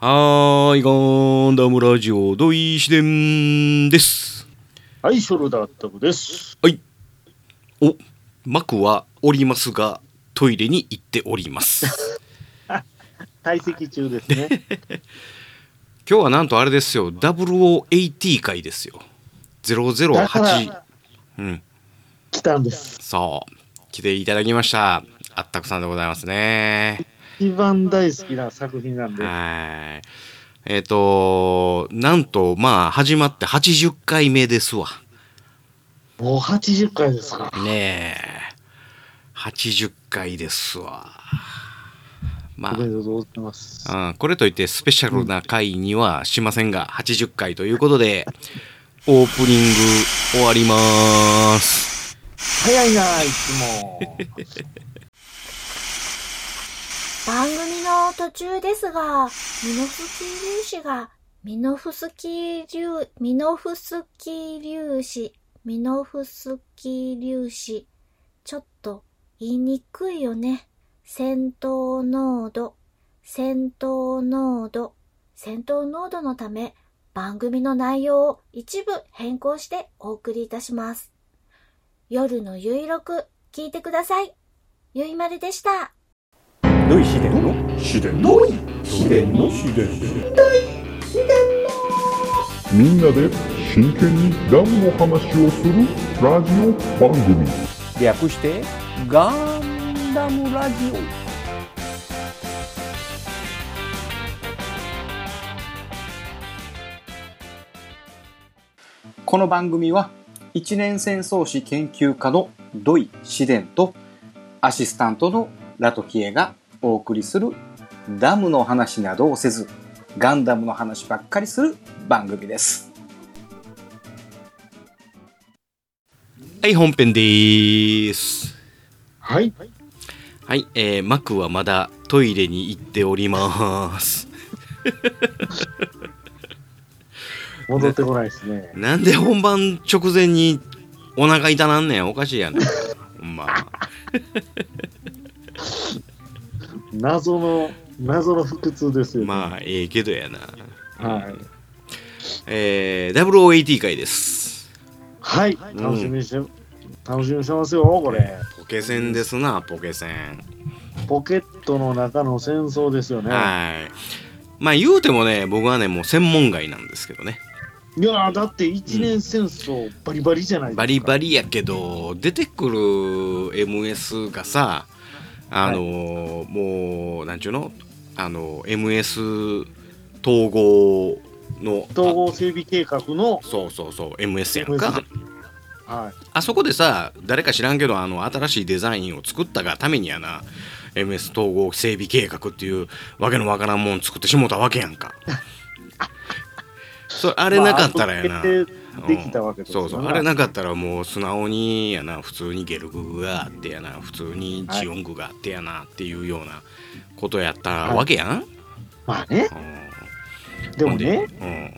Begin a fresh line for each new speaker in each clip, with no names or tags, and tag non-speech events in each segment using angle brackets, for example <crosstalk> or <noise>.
はーい、ガンダムラジオ、土井紫伝です。
はい、ショルダータブです。
お、幕はおりますが、トイレに行っており
<laughs>
ます。
退席中です <laughs> ね。
今日はなんとあれですよ、0080回ですよ。
だから
008。うん、
来たんです。
そう、来ていただきました。あったくさんでございますね。
一番大好きな作品なんで。
はい。えっ、と、なんと、まあ、始まって80回目ですわ。
もう80回ですか。
ねえ80回ですわま
おめでとうございます。
あ、うん、これといってスペシャルな回にはしませんが80回ということでオープニング終わりまーす
早いなあ、いつも。 <laughs>
番組の途中ですが、ミノフスキー粒子が、ミノフスキー粒、ミノフスキー粒子、ミノフスキー粒子。ちょっと言いにくいよね。戦闘濃度、戦闘濃度、戦闘濃度のため、番組の内容を一部変更してお送りいたします。夜のゆいろく、聞いてください。ゆいまるでした。
土井秘伝の秘伝の秘伝の秘伝
みんなで真剣にダムの話をするラジオ番組
略してガンダムラジオこの番組は一年戦争史研究家の土井紫伝とアシスタントのラトキエがお送りするダムの話などをせずガンダムの話ばっかりする番組です。
はい本編でーす
はい。
はいえー、幕はまだトイレに行っておりまーす
戻ってこないですね。
なんで本番直前にお腹痛なんねんおかしいやんかほんま
謎の、謎の腹痛ですよ、ね。
まあええけどやな
はい。
えー、0080回です
はい。
ん
楽しみにして、楽しみにしてますよ、これ。
ポケセンですな、ポケセン。
ポケットの中の戦争ですよね。
はい。まあ言うてもね、僕はね、もう専門外なんですけどね。
い、やー、だって一年戦争バリバリじゃないですか。
バリバリやけど、出てくる MS がさ、あのーもう、なんちゅうのあの、MS 統合の、
統合整備計画の
あ、そうそうそう、MS やんか。
は
あそこでさ、誰か知らんけど、あの、新しいデザインを作ったがためにやな、MS 統合整備計画っていうわけのわからんもん作ってしもたわけやん
<laughs>
か。それあ
い。
れなかったらやな。
まあ後付けでできたわけですよ
そ
ね
うそうあれなかったらもう素直にやな普通にゲルググがあってやな普通にジオングがあってやなっていうようなことやったわけやん、
まあね。
で
でもね、
うん、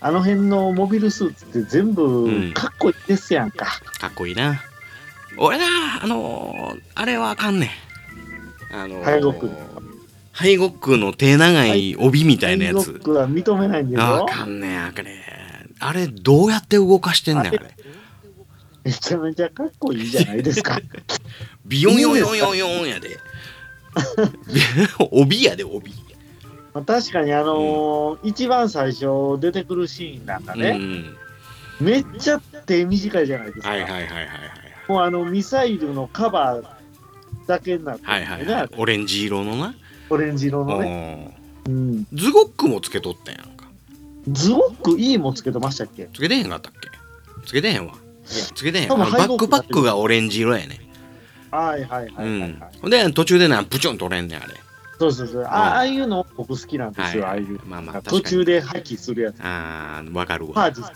あの辺のモビルスーツって全
うん
部かっこいいですやんか。
かっこいいな俺なあのーあれはあかんねんあのー
ハイゴック
ハイゴックの手長い帯みたいなや
ハイロ
つ
ッ、クは認めないんでし
ああ
ょ
かんねんあかんねんあれどうやって動かしてんねんあれ
めちゃめちゃかっこいいじゃないで
<laughs>
すか。
ビヨンヨンヨンヨンヨンや
<laughs>
で帯やで帯
まあ確かにあのー一番最初出てくるシーンなんか
う
ね、
ん
めっちゃ手短いじゃないですか。
はいはいはいはいはい
もうあのミサイルのカバーだけになってる
は
ん
い
だよ
は
ね
いはいオレンジ色のな、
オレンジ色のね。うん、
うんズゴックもつけとったやんか
ズゴック E もつけてましたっけ
つけてへんかったっけつけてへんわいやつけてへん
多
わ
分
あのバックパックがオレンジ色やね
はいはいは
う
いはい、はい
んほんで途中でなプチョン取れんねんあれ
そうそうそう。あああいうの僕好きなんですよ、
はい
ああいう。
まあまあ確か
途
に
中で破棄するやつ。
あーわかるわ、
パージして。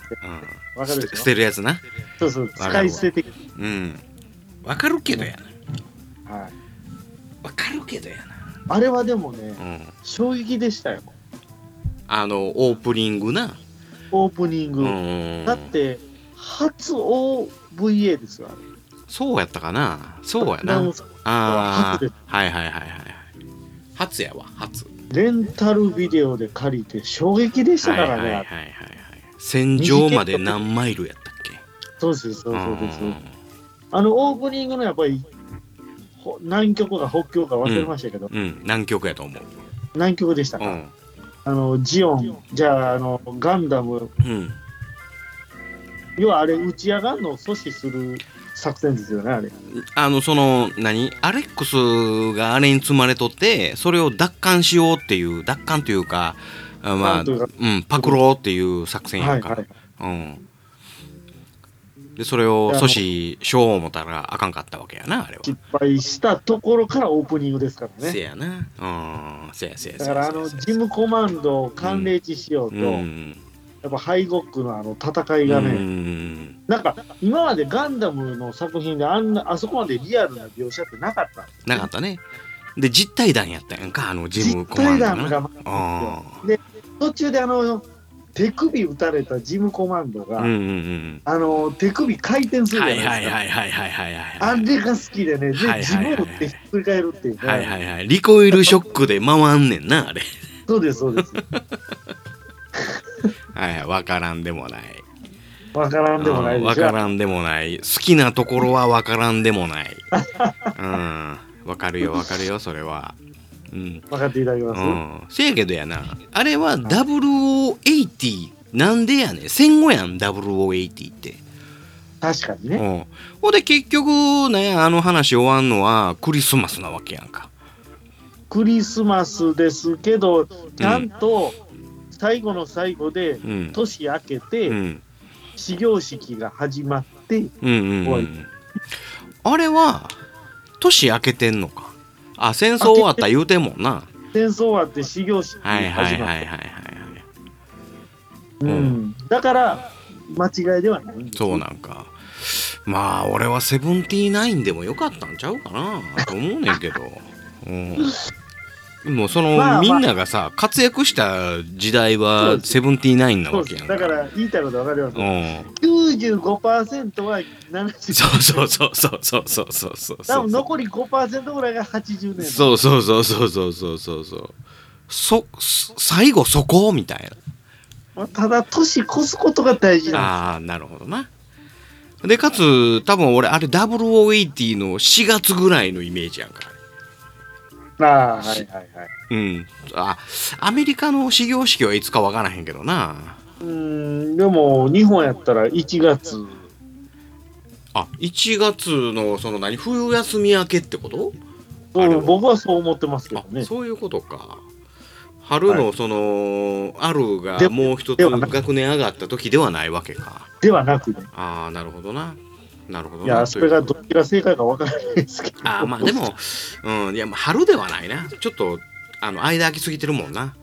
う
わ
ん、
か
捨
るで
て
しょ
捨てるやつな
そうそう、
わ
使い捨て的。
うんわかるけどやな
はい。
わかるけどや
あれはでもね、
なうん
衝撃でしたよ。
あのオープニングな
オープニング。
うん
だって、初 OVA ですよ、あれ。
そうやったかなそうや
アナ
な
ウンサー
あ
初で
あ、はいはいはいはいはい。初やわ、初。
レンタルビデオで借りて衝撃でした
はい
か
はい
らね。
はいはいはい戦場まで何マイルやったっけ
そうです、そうですそうです。
ん
あの、オープニングのやっぱり、ほ南極か北極か忘れましたけど、
うん南極やと思う
南極でした
う
か、
ん
あの、ジオン、じゃあ、あの、ガンダム、
うん
要はあれ、打ち上がるのを阻止する作戦ですよね、あれ。
あのその何アレックスがあれに積まれとってそれを奪還しようっていう奪還というかあまあ
なんというか
うん、パクろうっていう作戦や
は
ん
い
か、
はい。
うん、でそれを阻止しよう思ったらあかんかったわけやなあれは、
失敗したところからオープニングですから
せ
ね。
やなうんせやせやせ
だ
や
から、あの、ジムコマンドを寒冷地しようと、
うん
やっぱハイゴックのあの戦
う
い
ん
がね、
うん
なんか今までガンダムの作品であんなあそこまでリアルな描写ってなかったんですよ
なかったねで実体弾やったやんかあのジム
実
コマ
体
ンドがな
弾がまだあったんですよで途中であの手首打たれたジムコマンドが、
うんうん
あの手首回転す
うん
るじゃ
は
ない
い
ですか、
はいはいはいはいはいはい
あれが好きでねで、
はいはいはい
自分を打ってひっくり返るっていうね、
はいはいはい。リコイルショックで回んねんな、あれ。
そうですそ
<laughs>
うです
はいはい、わからんでもない。
わからんでもない
うん
で
わ
しょ
からんでもない。好きなところはわからんでも
<laughs>
ない。うん。わかるよ、わかるよ、それは。うん。
分かっていただけます、
うん。せやけどやな。あれは0080。なんでやねん。戦後やん、0080って。
確かに
う
ね、
ん。ほんで結局、ね、あの話終わんのはクリスマスなわけやんか。
クリスマスですけどちゃんと最後の最後で、
うん。
年明けて、
うん。
始業式が始まって、
うんうんうん、
怖い
あれは年明けてんのかあ戦争終わった言うてんもんな
戦争終わって始業式が
はいはい
始
はいはいは
まっ
い
て
はい
うんだから、間違いではないんです
そうなんかまあ俺はセブンティーナインでもよかったんちゃうかなと思うねんけど、うん、もうその、
まあまあ
みんながさ活躍した時代
そう
は
です
セブンティーナインな
そ
わ
う
け
で
やん
す
か
だから、言いたいことわかります
う。ん、
95%は70
そうそうそうそうそうそうそうそう
多分残り5%ぐらいが80年代。
そうそうそうそうそうそうそうそうそそ最後そこみたいな
まあただ、年越すことが大事なん
ああーなるほどなでかつ多分俺あれ0080の4月ぐらいのイメージやんか
です。ああ、はいはいはい。
うんあアメリカの始業式はいつかわからへんけどな
うーん、でも、日本やったら1月。
あ1月のその何冬休み明けってことあれ
う
は
ん僕はそう思ってますけど
あ
ね。
そういうことか春
は
のその、あるが
で
もう一つ
ではなく
学年上がった時ではないわけか
ではなくね。
ああなるほどななるほどない
や、それが
と
ど
いう
っちが正解かわからないですけど。
あーまあでも、うん、いやまあ春ではないなちょっとあの間空きすぎてるもんな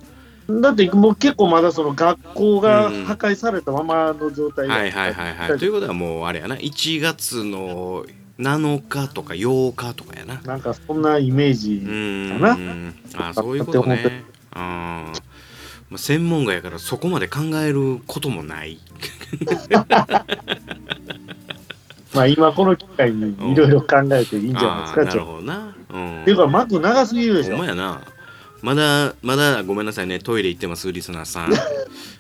だってもう結構まだその学校が破壊されたままの状態で
はいはいはいはい。ということはもうあれやな、1月の7日とか8日とかやな。
なんかそんなイメージ、
うー
か
ん。あそういうことね。うん。まあ、専門外やからそこまで考えることもない。
まあ今この機会にいろいろ考えていいんじゃない
あー
ですか、
な
ち
る
ょっと。
ほどな。うん。
っていうか、幕長すぎるでし
ほん
ょ
ま。やな。まだ、まだごめんなさいね、トイレ行ってます、リスナー
<laughs>
さん。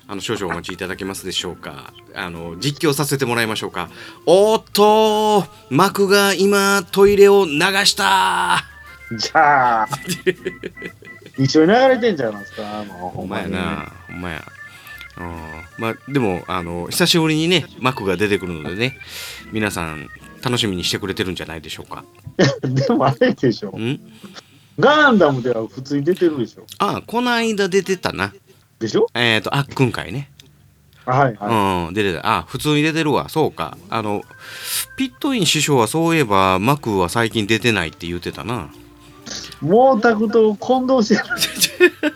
あの、少々お待ちいただけますでしょうか。あの、実況させてもらいましょうか。おーっとー幕が今、トイレを流した
じゃあ、一緒に流れてんじゃないですか、もう
ほ
ほ
ん
ん
ま
ま
や
にね。
な、ほんまや。うん、まあでもあの久しぶりにね幕が出てくるのでね皆さん楽しみにしてくれてるんじゃないでしょうか。
<laughs> でもあれでしょ
う。ん
ガンダムでは普通に出てるでしょ。
あこの間出てたな。
でしょ
えっ、とあっくん会ね。
はいは
うん出てた。あ普通に出てるわそうか。あのピットイン師匠はそういえば幕は最近出てないって言ってたな。
い。毛沢と混同してる。
<laughs>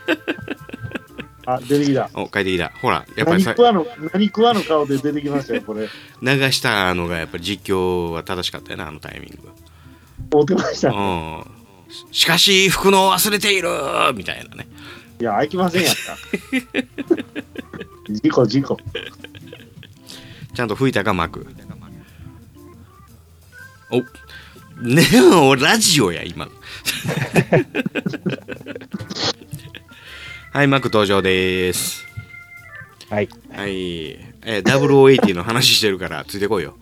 あ、出てきた。
お帰ってきた。ほらやっぱ
何
りさ
食わぬ、何食わぬ顔で出てきましたよ、
<laughs>
これ。
流したのがやっぱり実況は正しかったよなあのタイミングは。
持ってましたね。
うんししかし服の忘れているみたいなね。
いや、開きませんやった。事故、事故。
ちゃんと吹いたか幕おねえおラジオや今 <laughs> はい、マック登場です。
はい。
はい。えー、0080の話してるから、ついてこいよ。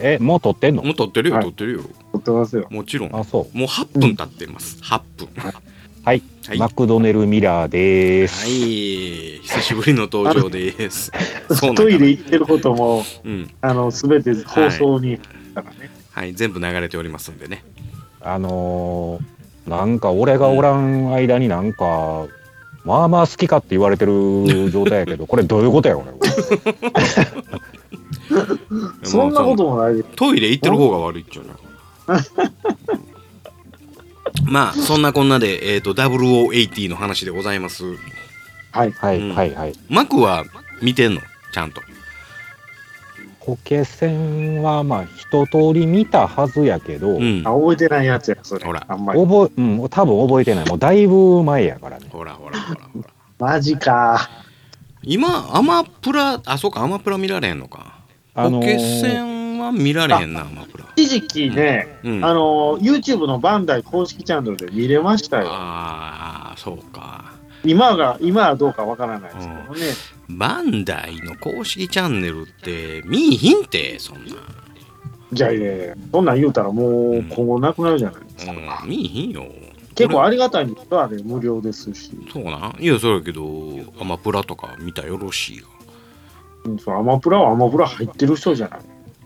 え、もう撮ってんの
もう撮ってるよ、
はい
撮ってるよ。
撮ってますよ。
もちろん。も
あ、そう
8分経ってます。8分。
う。はい。
はい。
マ
は
クドネルミラーでーす。
い。久しぶりの登場
<laughs>
です。そうなんだ
トイレ行ってることも、
うん。
あの、すべて放送に、
はい、全部流れておりますんでね。
あのー、なんか俺がおらん間になんか、まあまあ好きかって言われ
<laughs>
てる状態やけど、これどういうことやろ、これ。
そんなこともないです。
トイレ行ってる方が悪いっちゃうな。まあそんなこんなで、えー、と0080の話でございます。
はい。
はい、
うん
はい、はい。
マクは見てんのちゃんと。
ポケセンはまあ一通り見たはずやけど、
うん
あ、。覚えてないやつや、それ。
ほら
あんまり。
覚え、うん、多分覚えてない。もうだいぶ前やからね。
ほらほらほらほら。
マジか。
今アマプラあそうかアマプラ見られへんのか。
あの
ポ
ー
ケセンは見られへんなアマプラ。
一時期ね、
うん。
あの、YouTube のバンダイ公式チャンネルで見れましたよ。
あーそうか。
今が、今はどうかわからないですけどね。
バンダイの公式チャンネルって見いひんてそんな。
じゃあ、いやいや、そんなん言うたらもう今後なくなるじゃないですか。
うん、見いひんよ。
結構ありがたいんですよ、あれ、無料ですし。
そうなんいや、そうやけど、アマプラとか見たらよろしいが。
うんそうアマプラはアマプラ入ってる人じゃない。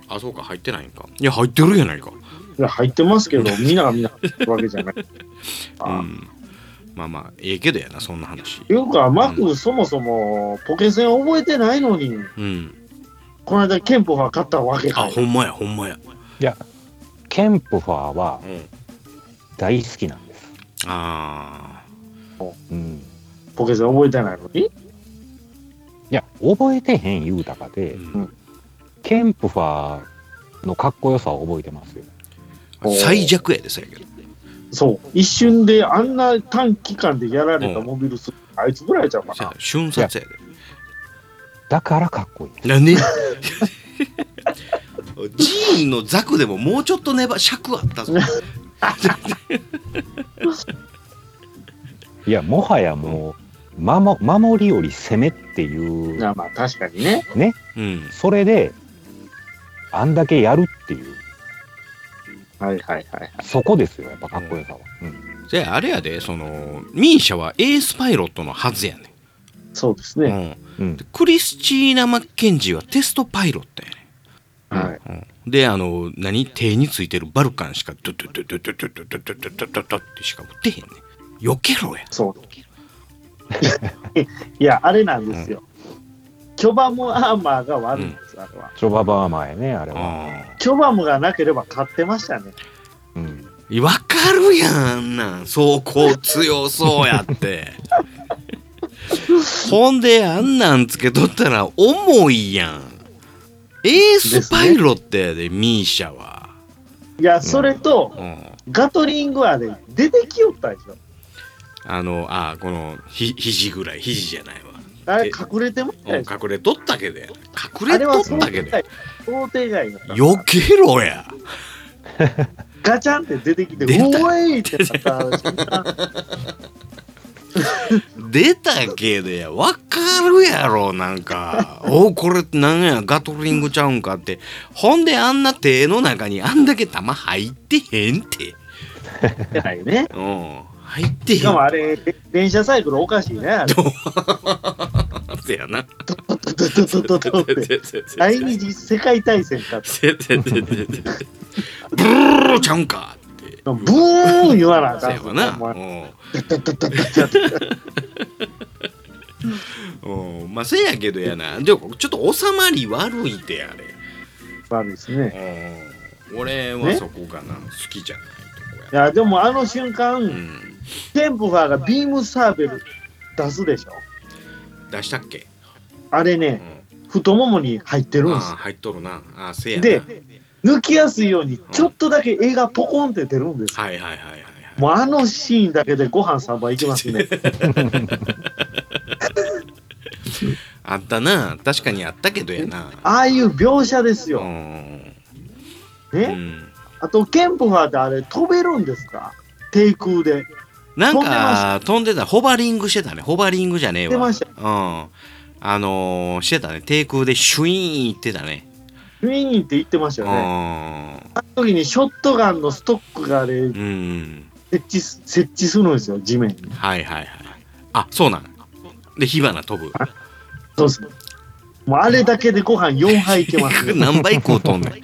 あ、そうか、入ってないんか。いや、入ってるやないか。
いや、入ってますけど、みんながみんな入ってるわけじゃない。
う
あ
ん。まあまあ、ええけどやな、そんな話。
いうか、マック、そもそもポケセン覚えてないのに、
うん。
この間、憲法が勝ったわけ
あ、
か。
ほんまや、ほんまや。
ケンプファーは
うん。
大好きなんです。
あ
うん。
ポケセン覚えてないのに。
いや、覚えてへん言うたか
ー
で、
うん
ケンプファーのかっこよさを覚えてますよ。
最弱やで、そやけど。
そう。一瞬であんな短期間でやられたモビルスーツ、あいつぐらいちゃうか
そや
な。
瞬殺や
だからかっこいい。
で。なんでジーンのザクでももうちょっと粘尺あった <laughs> ぞ。
いや、もはやもう、守守りより攻めってい、
いうやまあ、確かにね。
うん。
それで、あんだけやるっていう、
はいはいはい。
そこですよ、やっぱかっこよさは。うん
そや、あれやで、その、ミーシャはエースパイロットのはずやね
そうです
ん。う
ね。
ん。
うん
でクリスチーナ・マッケンジーはテストパイロットやね、
はい。
うん、であの何手についてるバルカンしかドゥドゥドゥドゥドゥドゥドゥドゥドゥドゥドゥってしか打ってへんねん避けろや
そう。 <laughs> いや、あれなんですよ。キョバムアーマーが悪いんです、あれは。
ジョババーマーやね、あれは。
あ
キョバムがなければ勝ってましたね。
うん。
ーわかるやんあんなん走行強そうやってほんであんなんつけとったら重いやんエースパイロットやでミーシャは、
いや、それと、
うん、
ガトリングはね、出てきよったでしょ。
あのあーこのひ肘ぐらい肘じゃないわ
あれ、隠れてました
うん
でしょ。
隠れとったけで隠
あ
れ
れ
と
は
っ
想
たけ
定
で
外。想定外だった
避けろや
ガチャンって出てきて、
出た
おいってなったら瞬間
出たけでやわかるやろなんかおこれなんやガトリングちゃうんかってほんであんな手の中にあんだけ玉入ってへんて
出な
<laughs>
いね。
うん入ってへん
しかもあれ、電車サイクルおかしいね。あれ
せやな
トトトトトトトって。 <laughs> 第二次世界大戦かって。
ブルーちゃうんかって
<laughs> ブーン言わなあ
せ
かん
やわな
お前
うん
トトトトトト
うんまあせやけどやなでもちょっと収まり悪いてあれ
悪いですね。
うん俺はそこかな、好きじゃない
い
とこや
や、でもあの瞬
う
間、
ん
テンプファーがビームサーベル出すでしょ。
出したっけ、
あれ
うん
ね、太ももに入ってるん
ああ
ですよ
入っとるなああせやな
で、抜きやすいように、ちょっとだけ絵がポコンって出るんですよ。
はいはいはいはい
もうあのシーンだけでご飯3杯いきま
<laughs>
すね。
あったな確かにあったけどやな
ああいう描写です
う
よ。
んう
ね。
ん
あと、ケンプファーってあれ飛べるんですか低空で。
なん
飛んでまし
か飛んでたホバリングしてたねホバリングじゃねえわ
してました
うんあのーしてたね低空でシュイーン行ってたね
ウィーンって言ってましたよね。あの時にショットガンのストックがあれ、
うんうん
設置す、設置するんですよ、地面に。
はいはいはいあそうなんで火花飛ぶ。
そうそう。もうあれだけでご飯4杯いけます、ね
<laughs> 何倍こう飛んねん <laughs>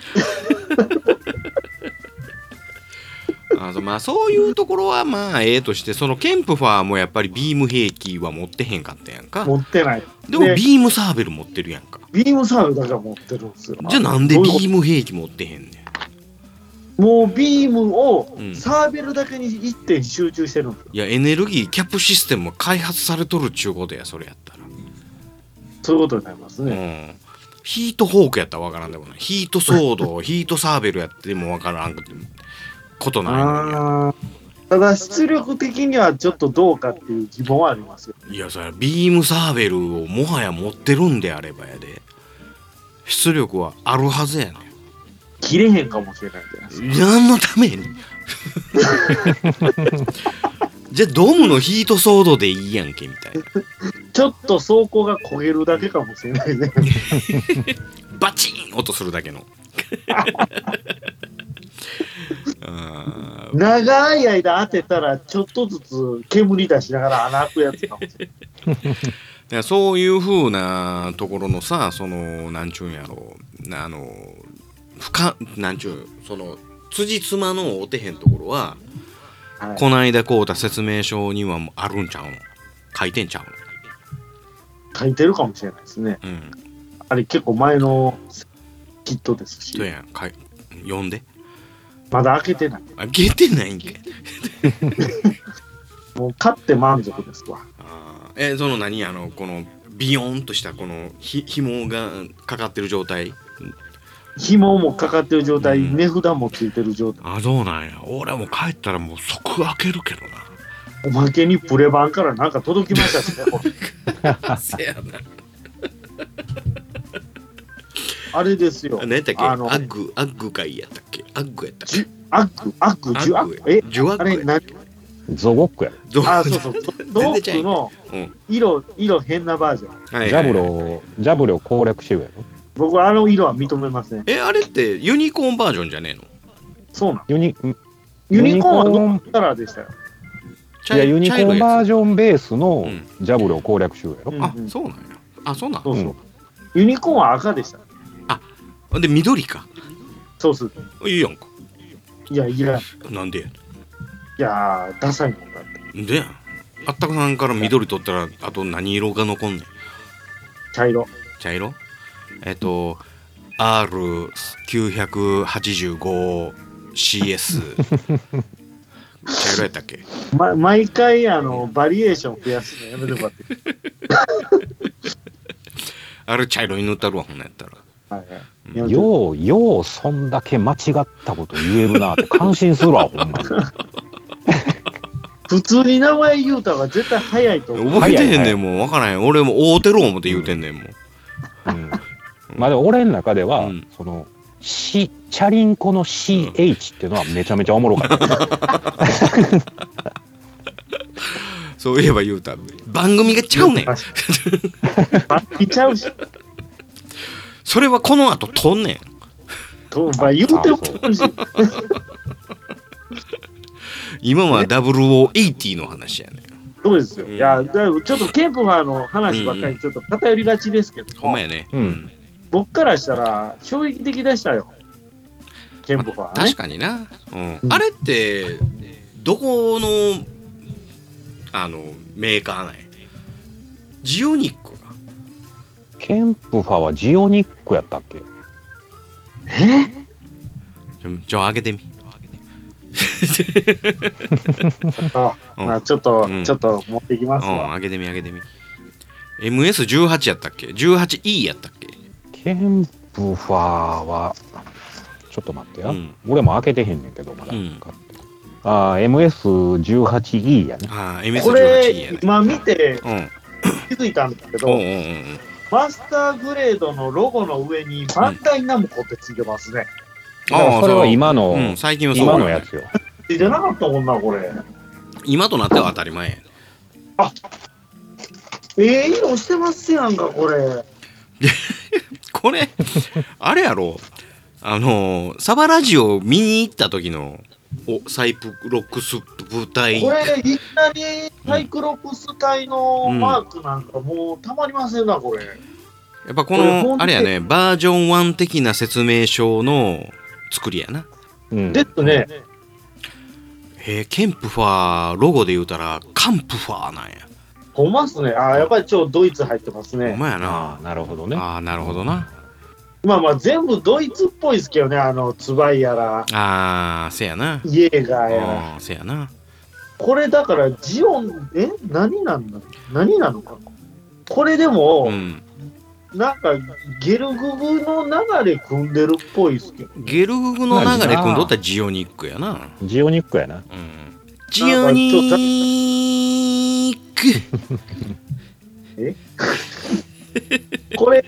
あのまあそういうところはまあええとしてそのケンプファーもやっぱりビーム兵器は持ってへんかったやんか
<laughs> 持ってない。
でも
ね
ビームサーベル持ってるやんか
ビームサーブだから持ってるんですよ。
じゃあなんで
ど
ビ
ういうこと
ーム兵器持ってへんねん
もうビームを
うん
サーベルだけに一点集中してるんですよ。
いやエネルギーキャップシステムも開発されとるっちゅうことやそれやったら、
そういうことになります
う
ね。
んヒートフォークやったらわからんでもないヒートソードヒートサーベルやってもわからんことないのにや
あーただ出力的にはちょっとどうかっていう疑問はありますよ。
いやそれビームサーベルをもはや持ってるんであればやで出力はあるはずやねん
切れへんかもしれないじゃないですか
何のために <laughs> じゃあドムのヒートソードでいいやんけみたいな
ちょっと走行が焦げるだけかもしれないね。
バチーン音するだけの <laughs> あー
長い間当てたら、ちょっとずつ煙出しながら穴開くやつかもしれ
<laughs>
ない。
だからそういう風なところのさそのなんちゅうんやろなあの深なんちゅうんその辻褄の合うてへんところは、
はい
こないだこうた説明書にはもうあるんちゃうの書いてんちゃう
書いてるかもしれないですね。
のうん
あれ結構前のキットですし
どう、やんかい読んで
まだ開けてない。
あげてないんかい
もう買って満足ですわ。
あーえその何あのこのビヨーンとしたこのひ紐がかかってる状態
紐もかかってる状態、
うん
値札もついてる状態、
あそうなんや俺も帰ったらもう即開けるけど
おまけにプレ版からなんか届きましたしね、
<laughs>
これ
な <laughs> せやな
あれですよ。
何やったっけ
あ
ア
の
ッグアッグがいいやったっけアッグやったっ
じ
け
ゅアック、アック、ジュアック。え、
ジュア
あ
ッグや
れ
っ
何
たっけ
ゾゴックや。
ど
あ、そうそう。ド
<laughs> 全
ー
然違
ク
う
の
うん
色、色変なバージョン。
はいはい
ジャブロー、ジャブロー攻略しようやろ。
僕はあの色は認めません。
えあれってユニコーンバージョンじゃねえの
そうなん。
ユニ、ん
ユニコーンはど
ユニ
こ
コ
からでしたよ。
茶
ーンいや、ユニコーンバー
ジ
ジョンベースの
うん
ジャブロー攻略しようやろ。
うん
あそうなんやあそうなん
そうそう
うん
ユニコーンは赤でした。
で緑か
そうする。
いいやんか
いや、いや、い
なんでや
やー、ダサいもんだって。
でやんあったくさんから緑取ったらあと何色が残んねん
茶色。
茶色えっと
<laughs>
R985CS 茶色やったっけ
ま、毎回、あの、バリエーション増やすのやめてもらって。
あれ茶色に塗ったるわほんなんやったら
はいはい
うん
やめて
よう、よう、そんだけ間違ったこと言えるなって感心するわ、
<laughs>
ほんまに。
普通に名前言うた方が絶対早いと思う。
覚えてへん
はいはいは
ね
い
んもう分からへん俺も大手ろ思って言うてんねんもう
うんまあでも俺の中では、
うん
その、し、チャリンコの CH っていうのはめちゃめちゃおもろかった。
<laughs> そういえば言うた番組がちゃうねん
あいちゃうし。
それはこの後とんねん
とまあ、言うてもらうし。
今は0080の話やねん
そうですよ。
うん
いや、だいぶちょっとケンプがあの話ばっかりちょっと偏りがちですけど
ほん
も、
まやね
うん
僕からしたら衝撃的でしたよ。ケンプは、ね
確。かにな、うん
うん
あれってどこのあのメーカーなんやジオニックか
ケンプファはジオニックやったっけ
え
ちょちょ上げ <laughs> てみ
あ、
うん
まあ、ちょっと、
うん
ちょっと持ってきます
うん
わ。
上げてみ上げてみ MS18 やったっけ 18E やったっけ
ケンプファは、ちょっと待ってや。
うん
俺も開けてへんねんけど、まだ。
うん
ああ、MS18E やね。
ああ
これ、
MS18E やね
今見て
うん
気づいたんですけ
おうおうおう
ど、マスターグレードのロゴの上にバンダイナムコってついてますね。
おう
だからそれは今の、
うん、最近はそう
今のやつよ。
ついてなかったもんな、これ。
今となっては当たり前やね
ええ色してますやんか、これ。
これ <laughs> あれやろあのサバラジオ見に行った時のおサイプロックス舞台
これ、いきなりサイクロプス隊のマークなんかもうたまりませんな、これ。
やっぱこ
これほ
の
んと
あれやねバージョン1的な説明書の作りやな
うん
ですね。
えーケンプファーロゴで言うたらカンプファーなんや
ほんまっすね。ああ、やっぱり超ドイツ入ってます
ほん
ね。
まやな
ああなるほどね
ああなるほどな
まあまあ、全部ドイツっぽいですけどね。あの、ツバイやら、
ああせやな
イエーガーやら。
あーせやな
これだから、ジオン、え何なんだ何なのかこれでも、
うん
なんか、ゲルググの流れ組んでるっぽいっすけど。
ゲルググの流れ組んどったらジオニックやな
ジオニックやな
うんジオニック
これ、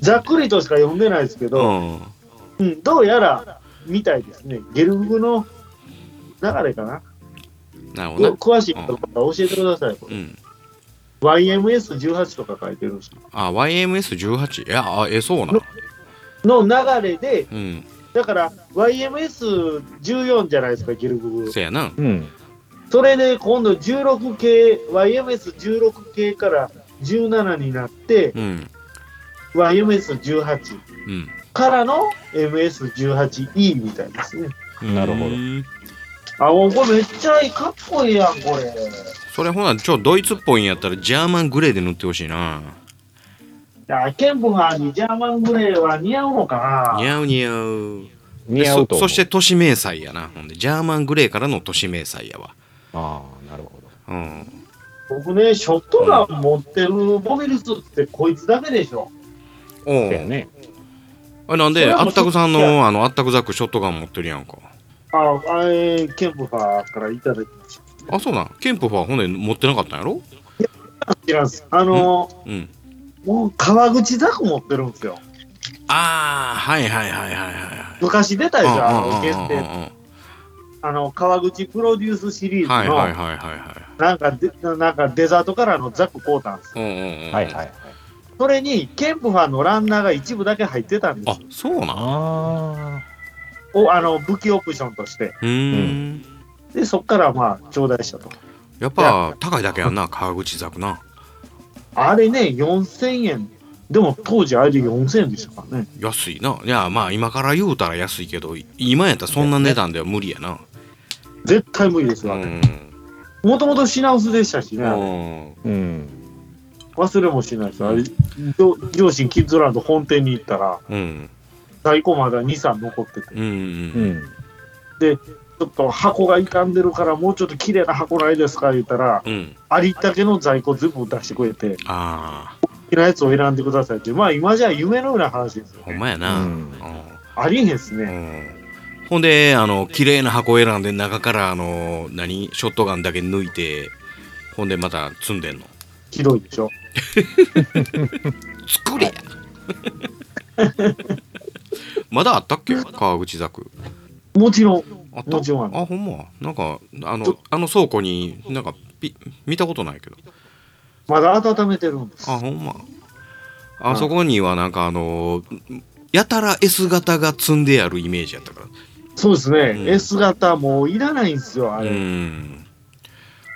ざっくりとしか読んでないですけ
う
ど、
ん
うん、どうやら、みたいですね。ゲルググの流れかな。
なるほどな
詳しいことから教えてください。
うん、
YMS18 とか書いてるんですよ
あ YMS18 いやあえそうな
の流れで、
うん
だから YMS14 じゃないですか、ギルググ。
せやな
うん
それで今度16系、YMS16 系から17になって、
うん、
YMS18
うん、
からの MS18E みたいですね。
なるほど
うん
あ、もうこれめっちゃいい、かっこいいやん、これ。
それほなちょドイツっぽいんやったらジャーマングレーで塗ってほしいな
あケンプハーにジャーマングレーは似合うのか
似
な
合う似合う
似合うと
そ
思
そ
う
して都市明細やなほんでジャーマングレーからの都市明細やわ
ああなるほど
うん
僕ね、ショットガン持ってるモビルスーツってこいつだけでしょ。
おう
だよね
あなん
そ
で
れは
あ
もう
ったくさん
いや
のあのあったくザックショットガン持ってるやんか
あ、あえーケンプファーからいただきまし
あそうなんケンプファーほんで持ってなかったんやろ
た。知らんす。あのー
うん
もう川口ザク持ってるんですよ。
ああはいはいはいはいはいはい
昔出たでしょ、あの、
うん
限
うんうんうん
定。あの、川口プロデュースシリ
うんは
ー
い
ズ
はい
の、
はいはいはい
なんかで、なんかデザートからのザク買うたんです。
うんうんうん
はいはいはい
それに、ケンプファーのランナーが一部だけ入ってたんで
あ
す。
そうなん
ああ
お、あの、武器オプションとして。
うーん
で、そっからまあ、頂戴したと。
やっぱ高いだけやんな川口ザクな
あれね、4000円。でも当時あれで4000円でしたからね。
安いないやまあ今から言うたら安いけど今やったらそんな値段では無理やな
絶対無理ですわ。
う
もともと品薄でしたしね。
ん
うん
忘れもしないです。あれ、上上司キッズランド本店に行ったら、
うん
在庫まだ2、3残ってて、
うんう
うんん
ちょっと箱が傷んでるから、もうちょっと綺麗な箱ないですか言ったら、
うん
ありったけの在庫全部出してくれて、
あ
好きなやつを選んでくださいって、まあ今じゃ夢のような話ですよ
あほん
ね。
まや
う
な、うん
ん
ありえへんです
う
ね。
んほんであの綺麗な箱選んで中からあの何ショットガンだけ抜いてほんでまた積んでんの
ひどいでしょ。
作れや <laughs> まだあったっけ川口ザク
もちろん、
あった
もちろんある
あほんまなんかあ
ち
の
ょ
あの倉庫になんかピ見たことないけど
まだ温めてるんです。
あほんまあそこにはなんかあのやたら S 型が積んであるイメージやったから
そうですね。
うん
S 型もういらないんですよ、あれ。
うん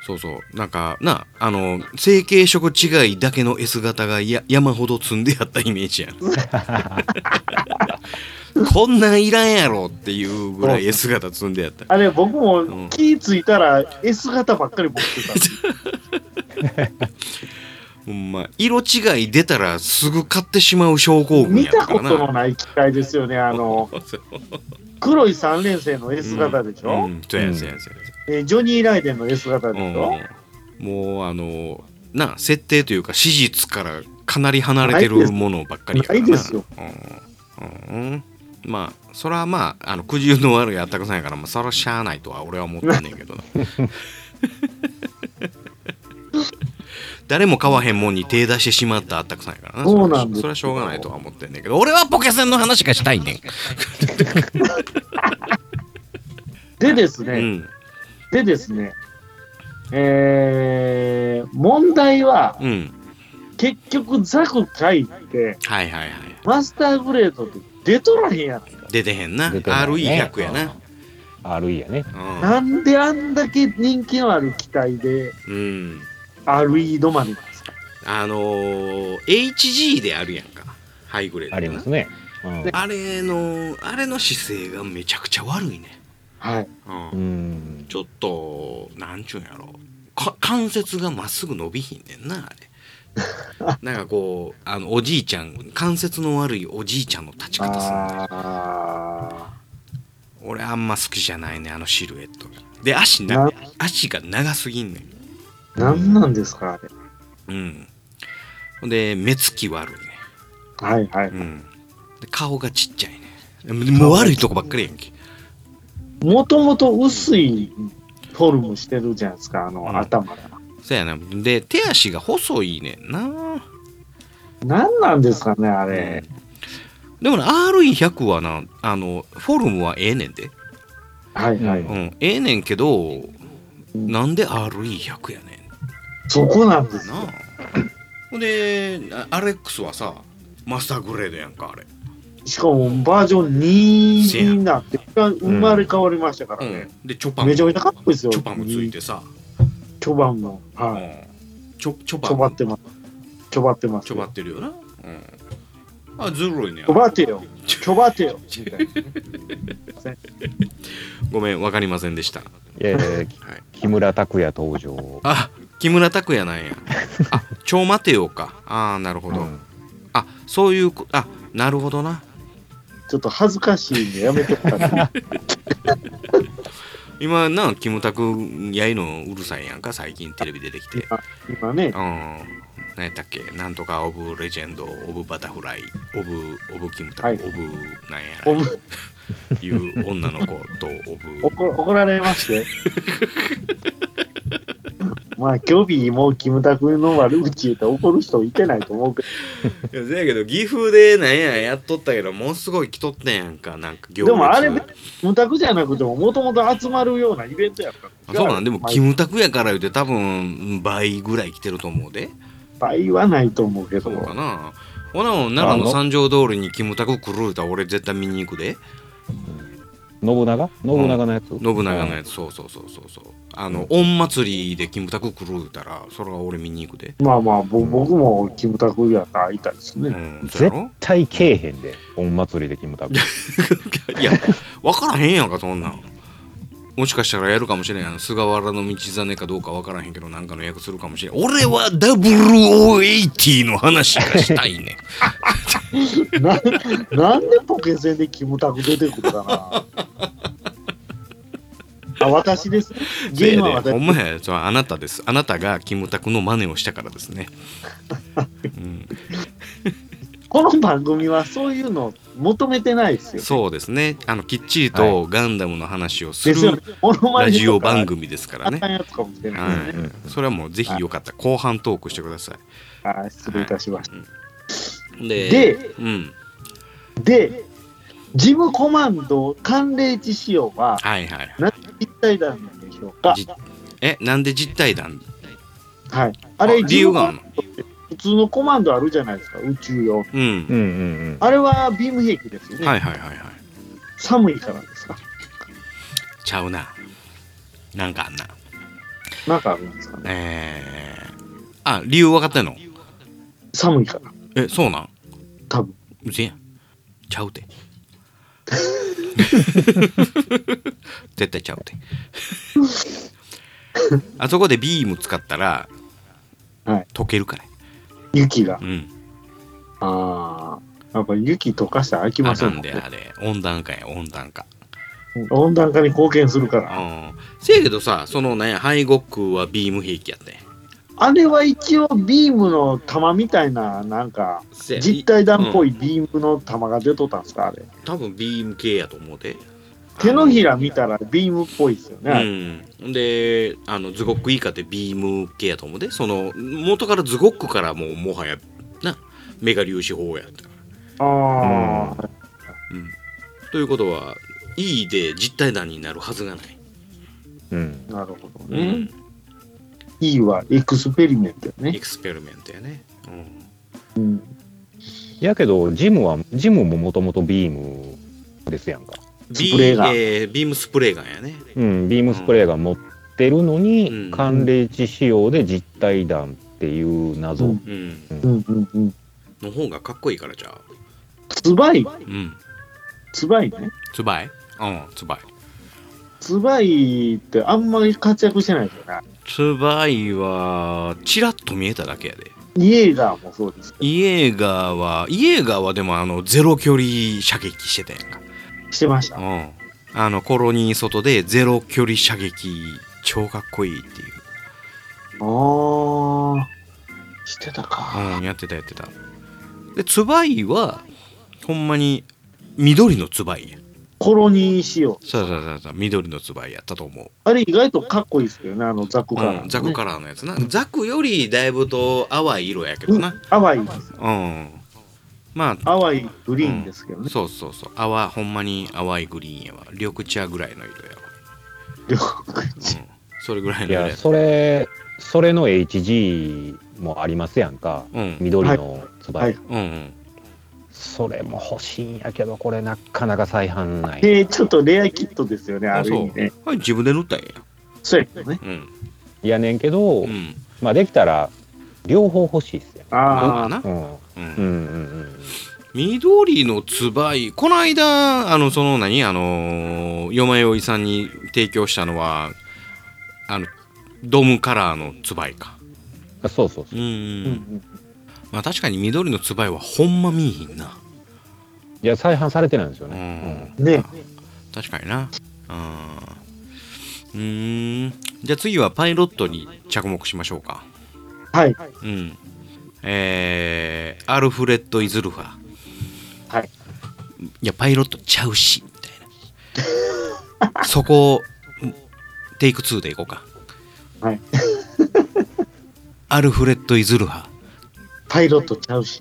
そうそうなんかなあの成形色違いだけの S 型がや山ほど積んであったイメージや
<laughs>
なこんなんいらんやろっていうぐらい S 型積んであった
あれ、僕
うん
も気ぃついたら S 型ばっかり持って
<laughs>
たんです。
ほんま色違い出たらすぐ買ってしまう症候群
見
やった
た
か
こ
ら
との
な
ない機械ですよね、あの黒い3連星の S 型でしょ、
うんそうやそうやそうや
えージョニー・ライデンの S 型でしょ、
うんもうあのな設定というか史実からかなり離れてるものばっかりやからな
ないですよ
うんうんまあそれはまああの苦渋の悪いあったくさんやから、まあ、それはしゃあないとは俺は思ってんねんけどな誰も買わへんもんに手出してしまったあったくさんやからな
そうなんですよ
それはしょうがないとは思ってんねんけど俺はポケセンの話がしたいねん、
でですね、
うん
でですねえー、問題は、
うん。
結局ザク書いて、
はいはいはい。
マスターグレードって出とらへんやん。
出てへんな。
出てないね
RE100 やな。
RE やね。
なんであんだけ人気のある機体で
うん。うん。
RE 止まりなんですか
あのー、HG であるやんか。ハイグレード
あ
な
りますね。うん
あれの、あれの姿勢がめちゃくちゃ悪いね。
はい。
うん
うん。
ちょっと、なんちゅうんやろ。か関節がまっすぐ伸びひんねんな、 <laughs> あれ。なんかこう、あの、おじいちゃん、関節の悪いおじいちゃんの立ち方するね
あ
俺あんま好きじゃないね、あのシルエットが。で、足な
な、
足が長すぎんねん。
ー、なんなんですかあれ。
うん。ほんで、目つき悪いね。。
はいはいう
ん。で顔がちっちゃいね。もう悪いとこばっかりやんけ。
もともと薄いフォルムしてるじゃないですか、あの、
うん
頭が。
そやな。で、手足が細いねんな。
なんなんですかね、あれ。
でもね、RE100 はな、あの、フォルムはええねんで。
はいはい。
うん
うん、ええねんけど、なんで RE100 やね
そこなんです
ん
よ
な。あ。ほんで、あアレックスはさ、マスターグレードやんか、あれ。
しかもバージョン2になって、生まれ変わりましたからね。
で、チョパン。
めちゃめちゃかっこいいですよ
チョパンもついてさ。
巨版も。
う
はい。
ん。チョ、チョパン。
ちょばってます。ちょばってます。
ちょばってるよな。うん。あ、ずるいね
ちょ。ばてよ。ちょばてよ。みたいなね
ごめん、わかりませんでした。
えー、木村拓哉登場。
あ、木村拓哉なんや。あ、ちょ待てよか。ああ、なるほど。
うん
あ、そういうこ、あ、なるほどな。
ちょっと恥ずかしいんでやめてくださ
<laughs>
い。
今なキムタクやいのうるさいやんか最近テレビ出てきて
今ね
うん、何やったっけなんとかオブレジェンドオブバタフライオブオブキムタク、
は
オ
い
ブなんや
お
ら
ぶ
いう女の子
<laughs>
とオブ
怒怒られまして。 <laughs> まあ、今日日もキムタクの悪口言うたら怒る人いてないと思うけ
いやせやけど岐阜でなんややっとったけどもうすごい来とったやんかなんか行
ど、
列
でもあれ、キムタクじゃなくても、もともと集まるようなイベントやった
あそうなんでも
まあ
キムタクやから言うて多分倍ぐらい来てると思うで
倍はないと思うけど
そう、かなほなもん奈良の三条通りにキムタク来るうたら俺絶対見に行くで
信長信長のやつ。
信長のやつ、そうそうそうそうそうあの、御祭りでキムタク来る言うたらそれは俺見に行くで、
まあまあ、ぼ僕もキムタクやったら会いたいです
う
ね。
ん、そう
絶
やろ
対けえへんで、お祭りでキムタ
<laughs>
ク。
いや分からへんやんかそんなんもしかしたらやるかもしれんやん菅原の道真かどうか分からへんけどなんかの役するかもしれん俺は0080の話がしたいね
な <laughs> なんでポケセンでキムタク出てくるかな。あ、私ですね。 <laughs> ゲームは
せやで
私
ほんまやそれはあなたですあなたがキムタクの真似をしたからです
<laughs>
ね、うん
この番組はそういうの求めてないですよ。
そうですねあのきっちりとガンダムの話をす
ですよね
る。
モノマ
ラ
ネとか
ジオ番組ですから
あ
ね
かんやつかもしれないですね。
はい、それはもうぜひよかったら後半トークしてくださ
はい、失礼いたしました。
い。で、
で、
うん、
で、ジムコマンド寒冷地仕様は
はいはい。
何実体弾なんでしょうか
じえ、なんで実体弾
はい。あれ、
理由があるの
普通のコマンドあるじゃないですか、宇宙用。
うん
う。んうん
あれはビーム兵器ですよね。
はいはいはいはい。
寒いからですか。
ちゃうな。なんかあんな。
なんかあるんですかね。
えー、あ、理由分かったの
寒いから、
え、そうなん
多分。
うせやん。ちゃう
<laughs>
て。絶対ちゃうて。あそこでビーム使ったら、
はい
溶けるから。
雪が
う。ん。
ああ。やっぱ雪溶かしたら飽き
あ
ませ
か
んも
ん
ん
で
ね。
あれ。温暖化や、温暖化。
温暖化に貢献するから。
うんせやけどさ、そのね、敗国はビーム兵器やって。
あれは一応ビームの弾みたいな、なんか、
せや
実体弾っぽ
い、
いビームの弾が出とったんですか、あれ。
うん多分ビーム系やと思うで。
手のひら見たらビームっぽいですよね。あ
う
れ
ん。で、あの、ズゴックイカってビーム系やと思うで。その、元からズゴックからもう、もはや、な、メガ粒子砲やったか
ああ、
ら。うん。ということは、E で実体弾になるはずがない。
うんうん。
なるほど
う
ね。
ん
E はエクスペリメントや
エ
ね。
クスペリメントやね、うん、
やけど、ジムは、ジムももともとビームですやんか。
スプレーが
ビ,、えービームスプレーガンやね
うん、ビームスプレーが持ってるの
うん
に、寒冷地仕様で実体弾っていう謎。
うん
うん
うんうんうん。
の方がかっこいいからじゃあ
つばい、
うん
つばいね。
つばいうんつばい
つばいってあんまり活躍してないですよね。
つばいはちらっと見えただけやで
イエーガーもそうですけ
イエーガーはイエーガーはでもあのゼロ距離射撃してたやんか
ど、してました。
うん、あのコロニー外でゼロ距離射撃超かっこいいっていう、
ああ、してたか。
うん、やってたやってたでツバイはほんまに緑のツバイや
コロニー仕様。
そうそうそうそう緑のツバイやったと思う、
あれ意外とかっこいいですけどね、あのザクから、ね
うん、ザクカラーのやつなザクよりだいぶと淡い色やけどな
淡いです。
うんまあ
淡いグリーンですけどね。
そうそうそう淡ほんまに淡いグリーンやわ緑茶ぐらいの色やわ、
両
う
口
ん、それぐらいの
い
色や
や、それ、それの HG もありますやんか。
うん
緑のつば
は
い
い
うんうん
それも欲しいんやけど、これなかなか再販ない。
えー、ちょっとレアキットですよね、あ
あ
る
そ
意
う
味ね。
はい自分で塗ったんや
そうやけどね。
うん
いやねんけど、
うん
まあできたら、両方欲しいっすよ。
ま
あ
あ
あ、
な
う、ん。
うん
うんうんうん。
緑のつばいこの間あのその何あのー嫁おいさんに提供したのはあのドームカラーのつばいか
あそうそうそう
ん、
う
う。
んうん、
まあ確かに緑のつばいはほんま見えひんない
や、再販されてないんですよ
う
ね
ん。
ね
確かになあーうーんじゃあ次はパイロットに着目しましょうか
はい。
うんえー、アルフレッド・イズルファ
はい
いやパイロットちゃうしみたい
<laughs>
なそこんテイク2でいこうか
はい
アルフレッド・イズルファ
パイロットちゃうし。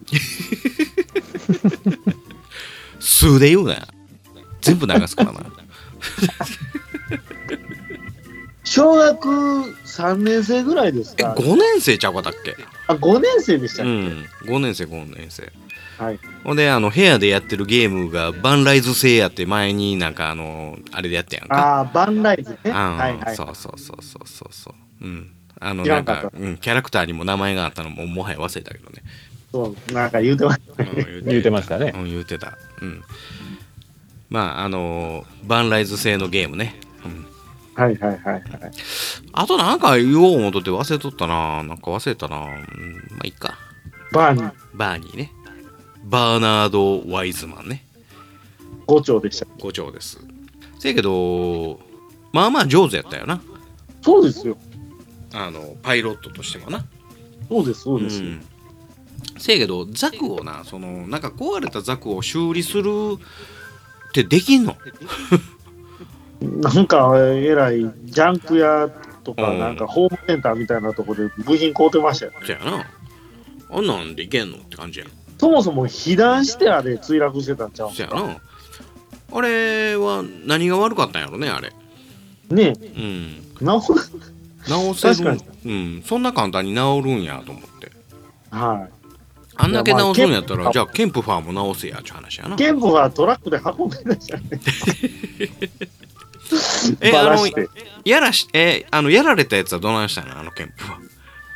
数で言うな全部流す
<laughs>
からな
小学3年生ぐらいです
え
か。
5年生ちゃうかったっけ
あ、5年生でした
う
っけ、
ん5年生5年生
はい。
ほんであの部屋でやってるゲームがバンライズ制やって前になんかあのあれでやったやんか
ああ、バンライズね。
あ
はいはい。
そうそうそうそうそうそううんあの
知
な
ら
ん
ん
か
かった
うん、キャラクターにも名前があったのももはや忘れたけどね、
そう、なんか言うてました。
うん
言うてましたね
うん、言うてたうんまああのーバンライズ製のゲームね、うん、
はいはいはいはい。
あとなんか言おう思うとって忘れとったななんか忘れたな、うん、まあいいか
バーニー
バーニーねバーナード・ワイズマンね
5丁でした。
五丁ですせやけどまあまあ上手やったよな
そうですよ。
あのパイロットとしてもな
そうです、そうです。
んせやけどザクをなそのなんか壊れたザクを修理するってできんの
なんか、えらい、ジャンク屋とか、
うん
なんかホームセンターみたいなところで部品買うてましたよ。
そやなあんなんでいけんのって感じやん
そもそも被弾してあれ墜落してたんちゃうん
そ
す
や
か
なあれは何が悪かったんやろねあれ
ねえ、
うん
な
直
お、
せる
確か
うん、そんな簡単に直るんやと思って
は
あんだけ
いやまあ
直すんやったら、
ケン。
じゃあケンプファーも直せやっちゅう話やない
ケンボはトラックで運んでましたね。
<laughs> え
バラして。
やらしえあのやられたやつはどないしたのあのケンプは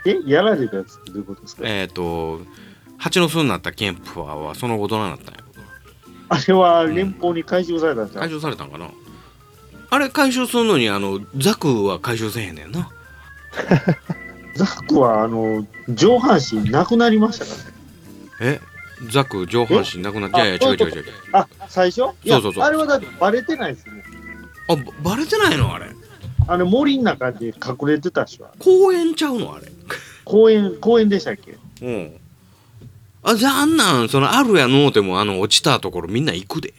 え、やられたやつってどういうことですか
えっ、と蜂の巣になったケンプははその後どうなったんや
あれは連邦に回収されたんちゃ
回
う
収されたんかなあれ回収するのにあのザクは回収せえへんねんな
ザックは、あの、上半身なくなりましたからね。
えザク上半身なくなっちゃういやいや
あ
違う違う違う違う
あ、最初いや
そうそうそう
あれはだってバレてないですね。
あばバレてないのあれ
あの森の中で隠れてたしは。
公園ちゃうのあれ
公園、公園でしたっけ
うんあじゃああんなんそのあるやのうてもあの落ちたところみんな行 <laughs> くで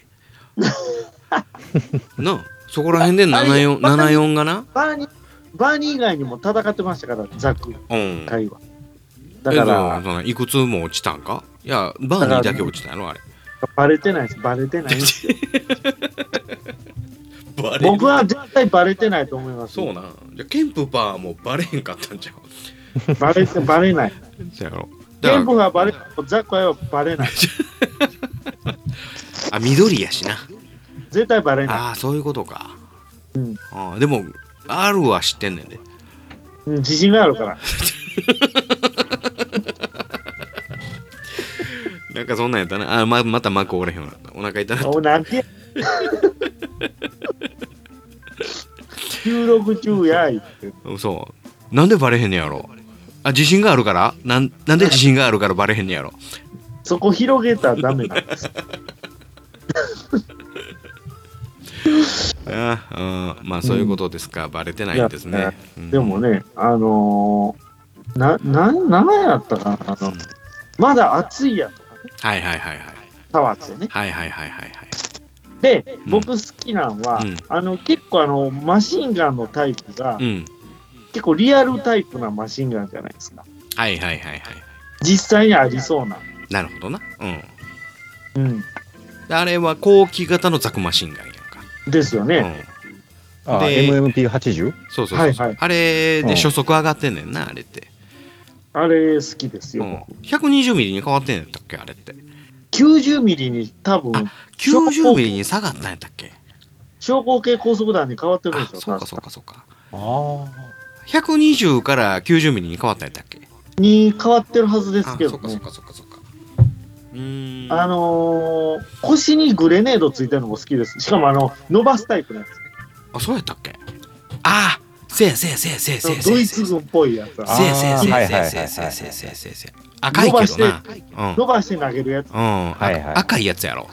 なあそこら辺で74 74がな
バーニー、バーニー以外にも戦ってましたから、ザッ
う
ク
ん
会は。だか
えじゃあ
ら、
そのいくつも落ちたんかいやバーニーだけ落ちたんやろあれ
バレてないです、バレてないです。
<laughs> バレる
僕は絶対バレてないと思います。
そうなんじゃあケンプパーもバレへんかったんじゃう
バ
<laughs>
レてバレない。
じゃろだ
全
か
部
ら
がバレてもザコヤはバ
<laughs>
レない。
あ緑やしな
絶対バレない。
ああそういうことか、
うん
あーでも R は知ってんねんで
うん自信がある
<laughs>
から。
なんかそんなんやったなあーままたマクおれへんわお腹痛なった
おなんてや。収録中やいって。
そうなんでバレへんねやろあ自信があるからなんなんで自信があるからバレへんねやろ
そこ広げたらダメな
<laughs>
んです。
あーうんまあそういうことですか、バレてないんです
い
ね
や、でもね、あのー、な、な、何やったかなあの、まだ暑いやんとかね、
はいはいはいはい
触ってね。
はいはいはいはいはい
で、
うん
僕好きなんは、
うん
あの、結構あの、マシンガンのタイプが、
うん
結構リアルタイプなマシンガンじゃないですか。
はいはいはいはい
実際にありそうな。
なるほどなうん
うん。
であれは後期型のザクマシンガンやんか、
ですよね。
うん
あ
で
MMP80?
そうそうそう、
はいはい
あれ
う
で
ん
初速上がってんねんなあれって、
あれ好きです
う
よ。
ん、120ミリに変わってんやったっけあれって
90ミリに多分、
90ミリに下がったんやったっけ
昇降系高速弾に変わってるん
あ
ですよ。
そうかそうかそうか
あ
120から90ミリに変わったんやったっけ
に変わってるはずで
あ
すけ
そ
ど
うかそ
ね
う。かそうかそうかうーん
あのー、腰にグレネードついてるのも好きです。しかもあの、伸ばすタイプのやつ。
あそうやったっけあせやせやせやせやせやせ
ド
や
イ
せ
ツ
や
軍っぽいやつ。
せやせやせや
あー
せやせやせやせやせやせやせや赤いけどなうん
伸ばして投げるやつ。
うん
はいはい
赤いやつやろ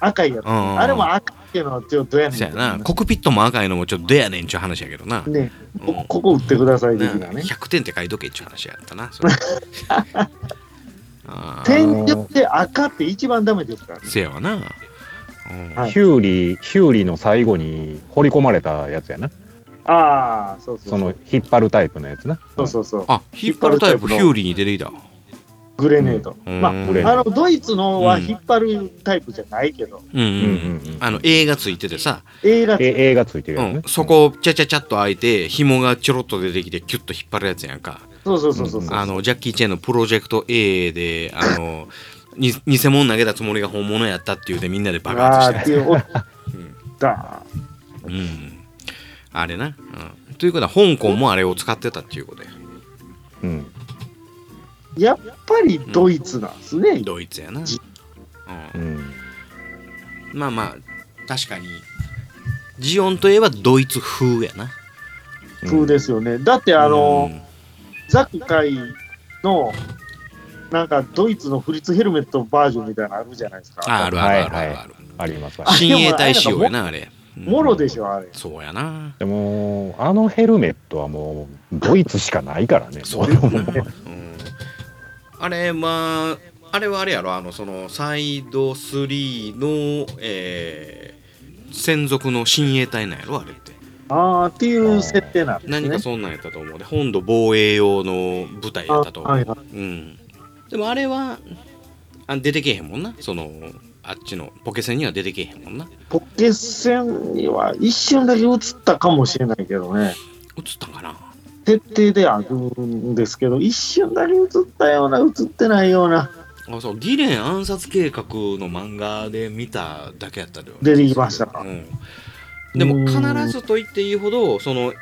赤いやつ。
うん
あれも赤っていうのはちょっとどうやねん
そや
けど
なコックピットも赤いのもちょっとどやねんちゅう話やけどな
ね、
う
こ
ん
ここ打ってください的なね。
100点って書いとけっちゅう話やったな。それあー
天井って赤って一番ダメですからね。
せやわな。うん
あ
はい
ヒューリーヒューリーの最後に掘り込まれたやつやな
ああ、そうそう
そ
そ
の
う。
引っ張るタイプのやつな
そうそうそう。
あ、引っ張るタイプ、ヒューリーに出てきた。
グレネード。
うん
まあ、
うん
あの、ドイツのは引っ張るタイプじゃないけど、
うんう
うんんうん
うん。
うん
あの、映画ついててさ、
映画
え映画ついてる
う
やつね
ん、そこをちゃちゃちゃっと開いて、紐がちょろっと出てきて、キュッと引っ張るやつやんか。
そうそうそうそうそう。
あの、ジャッキー・チェンのプロジェクト A で、あの、に偽物投げたつもりが本物やったっていうてみんなで爆発
あ
し
ー
た
っていう、お
ん
だ
うん。あれな。うん。ということは、香港もあれを使ってたっていうことや。
うん
ーやっぱりドイツなんですね。
ドイツやな。
じ
うん
うん
まあまあ確かにジオンといえばドイツ風やな
風ですよね。だって、あの、ザクカイの、なんかドイツのフリッツヘルメットバージョンみたいなのあるじゃないですか。
ああるあるあるあ
はい
る
は
ある
ありますわ
あ
親衛隊仕様やなあれ
もろで
ょ
しょ、あれ。
そうやな
でもあのヘルメットはもうドイツしかないからね
そうやな、うんあれまああれはあれやろあのそのサイド3のえー専属の親衛隊なんやろあれって
ああ、っていう設定なんですね。
何かそんなんやったと思うで本土防衛用の部隊やったと思
あは
う
いはい
うん、でもあれはあ出てけへんもんなそのあっちのポケセンには出てけへんもんな
ポケセンには一瞬だけ映ったかもしれないけどね、
映ったんかな
徹底であるんですけど、一瞬だけ映ったような、映ってないような、
あそうギレン暗殺計画の漫画で見ただけやったで
出てきましたか。
うん、でも
うーん
必ずと言っていいほどその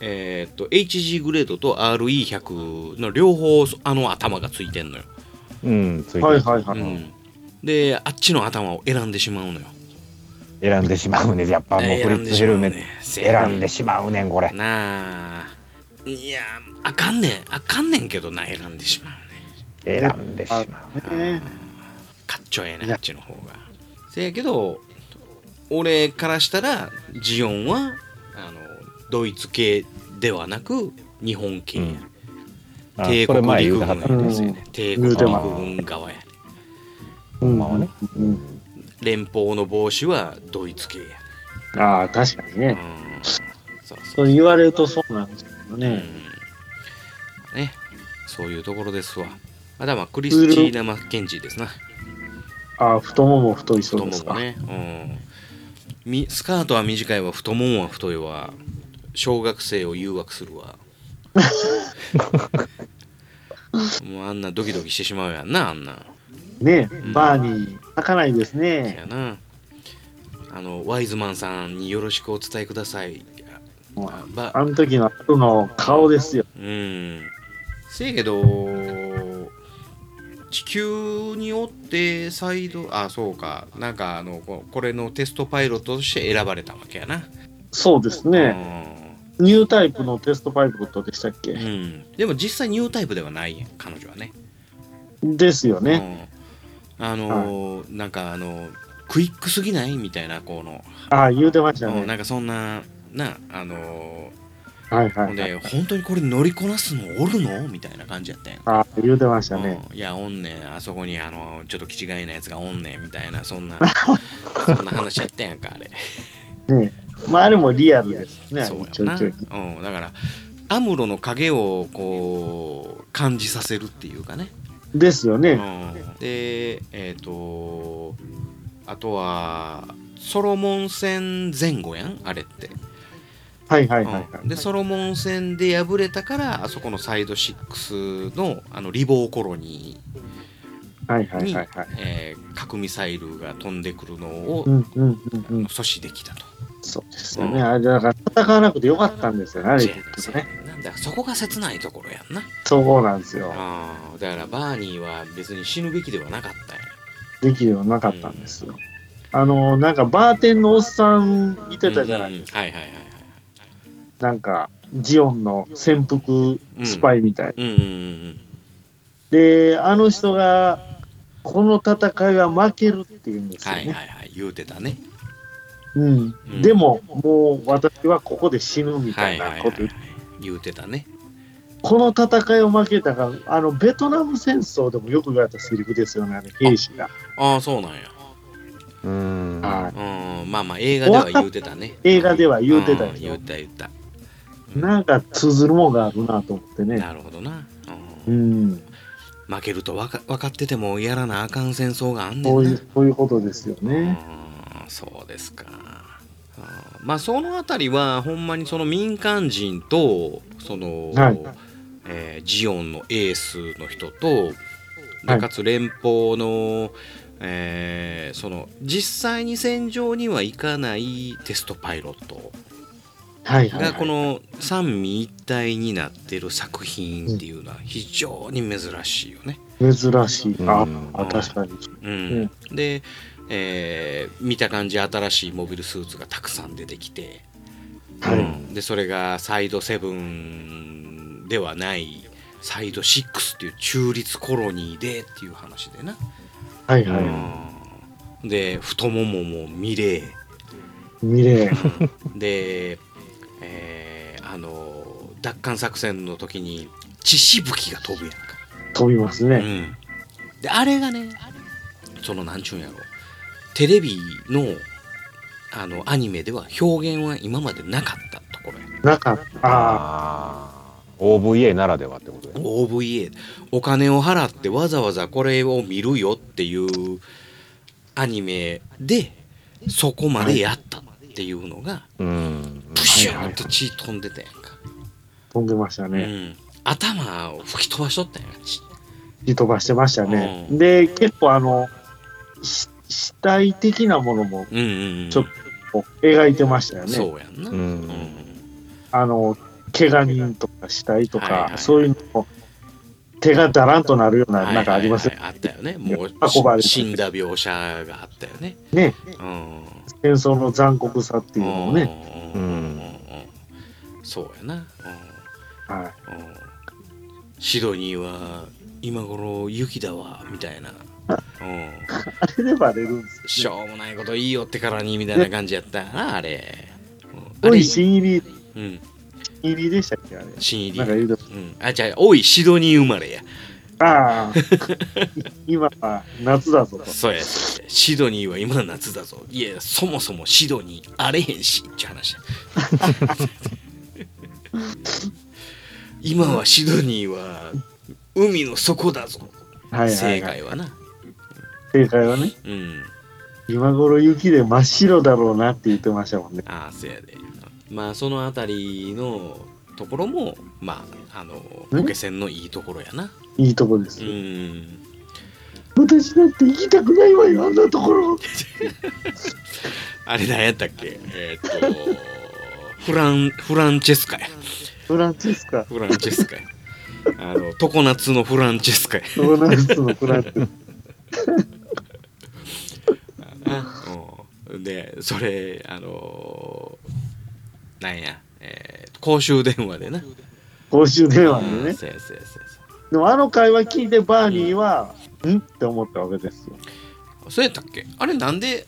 えーっと HG グレードと RE100 の両方あの頭がついてんのよ、
うんついてる
はいはいは
う
い。
ん、であっちの頭を選んでしまうのよ
選んでしまうねやっぱもうフリッツヘルメット選んで
し
しまうねんこ
ま
れ
うねなあいやあかんねんあかんねんけどな選んでしまう
選んでしまう
ね
ね
かっちょええ
い
な
や
あっちの方がせやけど俺からしたらジオンはあのドイツ系ではなく日本系や、
うんあ
帝
これ
国
前
陸
言うてはっ
軍や
ね
た
ですよね、帝国陸
言うて
軍側やね
う
ほ
ん
んまはね
うん
連邦の帽子はドイツ系や、
ああ、確かに
う
ね。
んそうそ
そうう言われるとそうなんですけどね。
うんね、そういうところですわ。あだまあクリスチーナ・マッケンジーですな。
ああ、太もも太い
太
そう
も
ですか。
もね。みスカートは短いわ太ももは太いわ小学生を誘惑する
<laughs>
わもうあんなドキドキしてしまうやんなあんなん
ねえ
ん
バーに咲かないですね。
やなあのワイズマンさんによろしくお伝えください
もう
あば
あの時の後の顔ですよ。
うんせやけど地球におって再度あそうかなんかあのここれのテストパイロットとして選ばれたわけやな、
そうですね。ニュータイプのテストパイロットでしたっ
うん、う
け
ん、でも実際ニュータイプではないやん彼女はね
ですよね。
うんあのーなんかあのクイックすぎないみたいなこの、
ああ、言うてました
うんな
ね。
んかそんななあのー
はいは
ほん
いはい。
で本当にこれ乗りこなすのおるのみたいな感じやったんやん
ああ、言うてましたね。
うんいやおんねんあそこにあのちょっと気違いなやつがおんねんみたいなそん
<laughs>
なそんな話やったやんかあれ、
ねえまあ、あれもリアルですね。
そう
ちょ
や
い
な、
ちょい。
うん、だからアムロの影をこう感じさせるっていうかね、
ですよ
うん
ね。、
でえっ、とあとはソロモン戦前後やんあれって、
はいはいはいはい。
うんでソロモン戦で敗れたからあそこのサイド6のあのリボーコロニー
はいはいはいはい。
えー核ミサイルが飛んでくるのを
うんうんうんうん。
阻止できたと。
そうですよね。あれだから戦わなくてよかったんですよね。あれ
そうやね
結
そう
局
や
ね。
ねなんだそこが切ないところやんな。
そうなんですよ。
あーだからバーニーは別に死ぬべきではなかったんや
できるようなかったんですよ。あの、なんかバーテンのおっさんいてたじゃな
う
い、
んうんはいはいはいはい。
なんか、ジオンの潜伏スパイみたいな。
うんうんうん
で、あの人が、この戦いは負けるって言うんです
うん。
よ
は
ね。
いはいはい。言うてたね。
うん。
うん
でも、もう私はここで死ぬみたいなこと言って、
言うてたね。
この戦いを負けたから、あの、ベトナム戦争でもよく言われたセリフですよね、あの兵士が。
ああ、そうなんや。
うーん。
はい
うん。まあまあ、映画では言うてたね。
映画では言うてた
ん言
よ
う。た言った。
なんか通ずるもんがあるなと思ってね。
なるほどな。う
うんん。
負けるとわか分かっててもやらなあかん戦争があんねんな。
そういう、そういうことですよね。
あーそうですかあーまあそのあたりはほんまにその民間人とその、
はい
えージオンのエースの人とでかつ連邦の、えーその実際に戦場には行かないテストパイロット
はいはい、は
が
い。
この三位一体になってる作品っていうのは非常に珍しいよね。
珍しい。あ、
うん
あ確かに。
うんで、えー見た感じ新しいモビルスーツがたくさん出てきて、
はい
うんでそれがサイド7ではないサイド6っていう中立コロニーでっていう話でな、
はいは
う
い。
うんで太もももミレー
ミレー。
で、えーあの奪還作戦の時に血しぶきが飛ぶやんか。
飛びます
う
ね。
ん、であれがねそのなんちゅうんやろテレビのあのアニメでは表現は今までなかったところや
なかった。ああ。
ああ。OVA ならではってことね。
OVA お金を払ってわざわざこれを見るよっていうアニメでそこまでやったっていうのが
うん。
プシューンと血飛んでたやんか、
飛んでました
う
ね。
ん、頭を吹き飛ばしとったやんか血
吹き飛ばしてましたね。
うん
で、結構あの、し死体的なものも
うんうんうん
ちょっこう描いてましたよね。
そうやんな、
う。
うんん
あの、怪我人とか死体とか、
はいはい
そういうのも手がだらんとなるような、なんかありますよ
はいはいはいあったよね。もう
運ばれて
死んだ描写があったよね。
ね。
うん。っ
戦争の残酷さっていうのもね。
う
うんん
うんうんうん。そうやな。う
は
ん
い。
うん。シドニーは今頃雪だわみたいな。うん。
あれでバレるんです
し
よ、
ょうもないこといいよってからにみたいな感じやったよなあれ。うん
おい、新入り、
うん。
新入りでしたっけあれ。
新入
なんか
り。
言う
うん。あじゃあおいシドニー生まれや。
と、ああ、今は夏だぞと。
そうやシドニーは今の夏だぞいやそもそもシドニーあれへんしって
<laughs>
話や今はシドニーは海の底だぞ
はいはい、はい。
正解はな
正解はね。
うん
今頃雪で真っ白だろうなって言ってましたもんね。
ああせやでまあその辺りのところもまああのロケ船のいいところやない
いとこです
う。ん
私なんて行きたくないわよ、あんなところ。
あれ何やったっけえーっとフランフランチェスカや
フランチェスカ。
フランチェスカやあの常夏のフランチェスカや
ドーナツのフランチェス
うんでそれあのなんや、えー公衆電話でな
カ。公衆電話
うん
でね。
そうやそうやそうやそ
でもあの会話聞いてバーニーは、んって思ったわけですよ。
うそうやったっけあれなんで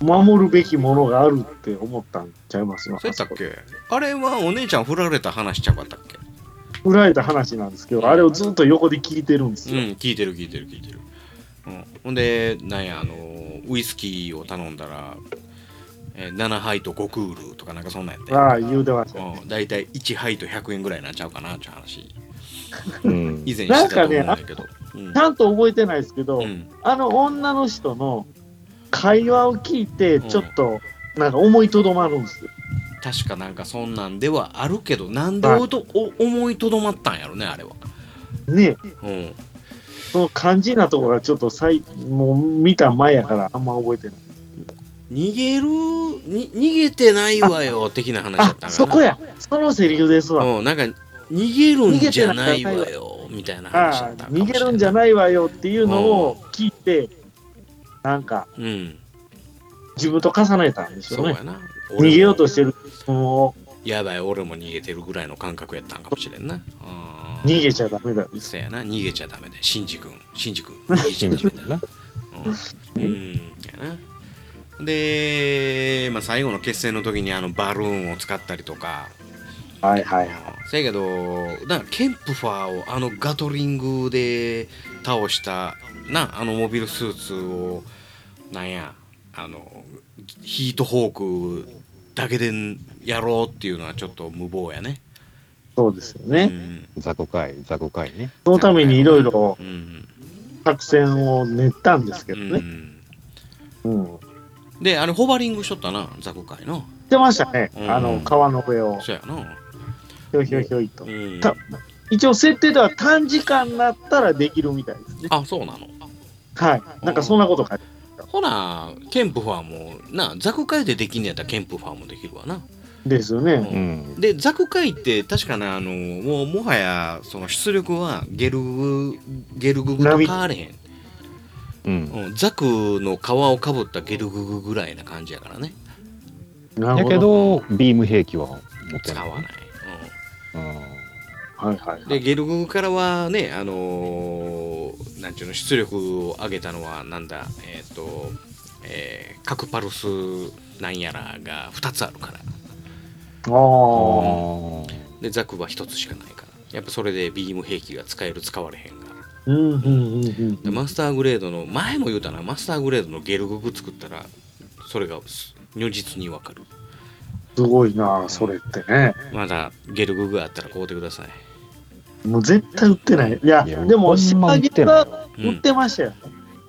守るべきものがあるって思ったんちゃいます
そうやったっけあれはお姉ちゃん振られた話ちゃうかったっけ
振られた話なんですけど、あれをずっと横で聞いてるんです
うん
よ。、
聞いてる聞いてる聞いてる。うん、ほんで、なんや、あの、ウイスキーを頼んだら、えー7杯と5クールとかなんかそんなんやって。
ああ、言うてました。
うん、大体1杯と100円ぐらいなんちゃうかなっていう話、
うん
以前してたと思うんだけど。
ちゃんと覚えてないですけど、
うんうん
あの女の人の会話を聞いて、ちょっと、なんか思いとどまるんですよ。
確かなんかそんなんではあるけど、なんでおとお思いとどまったんやろね、あれは。
ね
うん、
その肝心なところがちょっと最、もう見た前やから、あんま覚えてない。
逃げるに、逃げてないわよ、的な話だった
あ
か、ら。
そこ。や。そのセリフですわ。
うん、なんか、逃げるんじゃないわよ、みたいな話だ
あ
っ
あ
たかもしれ
逃
な
げ
い
るんじゃないわよっていうのを聞いて、なんか
うん、
自分と重ねたんでしょ
そうう
ね
や。な。
逃げようと
し
してるも
やばい、俺も逃げてるぐらいの感覚やったんかもしれんな。あ
う逃げちゃダメだ。
げそうやな、逃げちゃダメだよ。シンジ君、シンジ君、シンジ君だな。うん、うん、やな。で、まあ、最後の決戦の時にあのバルーンを使ったりとか、
はいはい。
せやけど、なんかケンプファーをあのガトリングで倒した、な、あのモビルスーツを、なんや、あの、ヒートホークだけでやろうっていうのはちょっと無謀やね。
そうですよ
う
ね。
ん。
雑魚会、雑魚会ね。
そのためにいろいろ
うん。
作戦を練ったんですけ
う
どね。
ん。
うん。
で、あれ、ホバリングしとったな、ザコ会の。
してましたね。
うん
あの、川の上を、
そうやな。
ひょいひょいひょいと
う。ん。
た一応設定では短時間になったらできるみたいですね。
あ、そうなの。
はい。なんかそんなこと書いて
ほな、ケンプファーも、な、ザコ会でできんねやったらケンプファーもできるわな。
ですよ
うん
ね。
うん。
でザク会って確かなあのもうもはやその出力はゲルグゲルググと変われへん、
うん。
うん、ザクの皮をかぶったゲルググぐらいな感じやからね
な
や
るほ
け
ど。
ど、ビーム兵器は持って
使
ない。
わない、
は
うん、
いはいは
で
い。
ゲルググからはねあのーなんちゅうの出力を上げたのはなんだえっ、と、えー、核パルスなんやらが2つあるから
ああ。
ああ。
でザクは1つしかないからやっぱそれでビーム兵器が使える使われへんが
うんうんうんうん
でマスターグレードの前も言うたなマスターグレードのゲルググ作ったらそれがす如実にわかる
すごいなあそれってね。
まだゲルググあったら買うてください、
もう絶対売ってない。いや、
いや
でも、
ほ
シ
ん
ャ
ま売
ー
っ
ゲ
て
ル
ない
は
うん
売ってましたよ。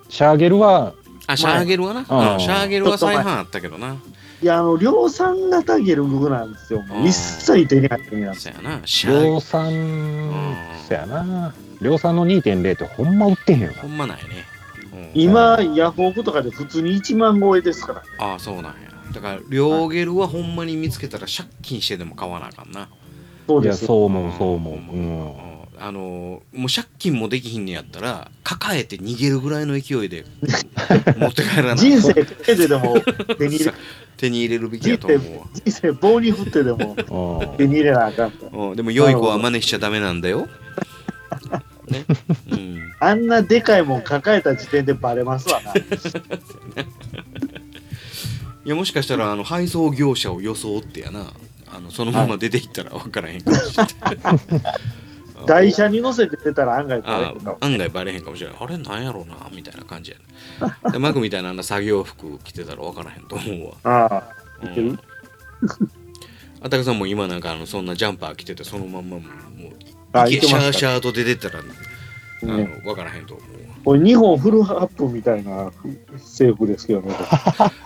シャーゲルは、
あシャーゲルはな、
ああ
うんシャーゲルは再販あったけどない
や、あの、量産型ゲルググなんですよ。もう一切手に入ってみない。
そやなシャー
量産、そやな。量産の2.0ってほんま売ってへんよ
ほんまないね、うん、
今、ヤフオクとかで普通に1万超えですから。
ああそうなんやだから両ゲルはほんまに見つけたら借金してでも買わなあかんな、
そう
な。い
で
や、
す
そう思う、そう思う。
う
うん
あのーもう借金もできひんねやったら抱えて逃げるぐらいの勢いで持って帰らない
人生かけてでも手に入れ、
手に入れるべきやと思うわ
人生棒に振ってでも
ん。うん
手に入れなあかんと。
うん、でも良い子は真似しちゃダメなんだよ。ね。うん。
あんなでかいもん抱えた時点でバレますわな。
いやもしかしたらあの配送業者を装ってやな。あのそのまま出ていったら分からへんかもしれない。
<laughs>
<laughs>
台車に乗せて出たら案外バレ
あ
るかも。
案外バレへんかもしれない。あれなんやろうなみたいな感じや、ね。でマクみたいなあんな作業服着てたら分からへんと思うわ。
あ
う
いける
ん。あたかさんも今なんかあのそんなジャンパー着ててそのまんまもう
あ、あ、
い
い
け
け
シ
ま
ャー
し
シ
た。
ャーと出てったらあの
ね
分からへんと思うわ
これ2本フルハップみたいな制服ですけどね。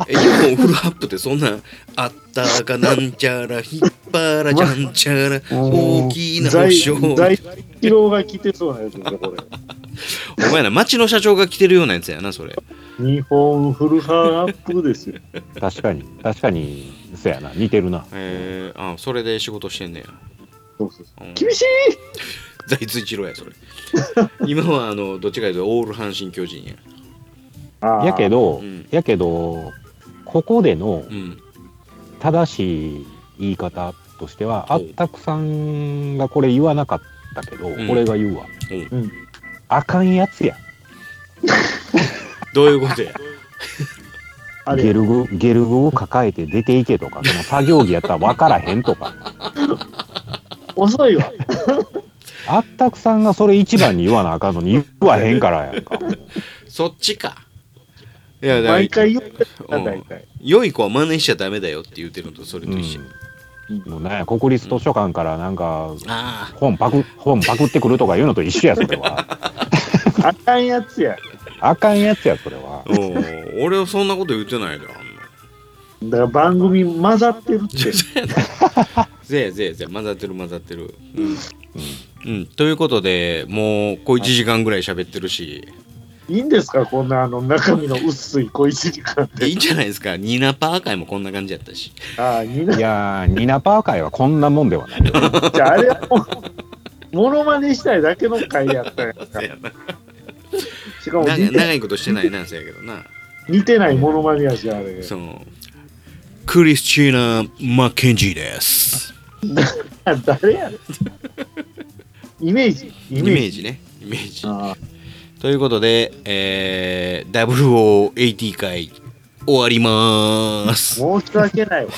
え2本フルハップってそんなあったかなんちゃら引っ張らじゃんちゃら大きな保
在
証
在一郎が着てそうなやつですね、これ。
お前ら町の社長が着てるようなやつやなそれ
2本フルハップですよ。
確かに確かにそやな似てるな
えー、あそれで仕事してんねや、
そうそうそう
うん、
厳しい
財津一郎やそれ <laughs> 今はあのどっちかいうとオール阪神巨人や
あー
やけど、
うん
やけどここでの
うん
正しい言い方としては、
お
あったくさんがこれ言わなかったけど、
ん
俺が言うわ、
うん
あかんやつや
どういうことや
あ
ゲ
れ、
ルグゲルグを抱えて出ていけとかその作業着やったら分からへんと
<laughs>
か
遅いわ。
あったくさんがそれ一番に言わなあかんのに言わへんからやんか
<laughs> そっちかいやだ
毎回言って
う
た、
ん
大体。
良い子は真似しちゃダメだよって言ってるのとそれと
うん
一緒、
もうなんや国立図書館からなんか
ああ
本パク本パクってくるとか言うのと一緒やそれは
あかんやつや。
あかんやつやそれは
うん俺はそんなこと言ってないであんな
だから番組混ざってるって。
ぜやぜやぜや混ざってる混ざってるうん、うん、ということでもう小1時間ぐらい喋ってるし
いいんですかこんなあの中身の薄い小一時間
いいんじゃないですかニナパー会もこんな感じやったし
ああ、にない
やーニナパー会はこんなもんではない
じゃああれはもう、ものまねしたいだけの回やったやんか
せ。 <laughs> やな
しかも
長
似
い
て
長いことしてないなんせやけどな
似てないものまねやし、あれ。
そのクリスチーナ・マッケンジーです
誰やねんイメージ、イ
イ
メ
メー
ージ。
ジねイメージ
あ
ということで、えー、0080回終わりまーす
あ申し訳ないわ。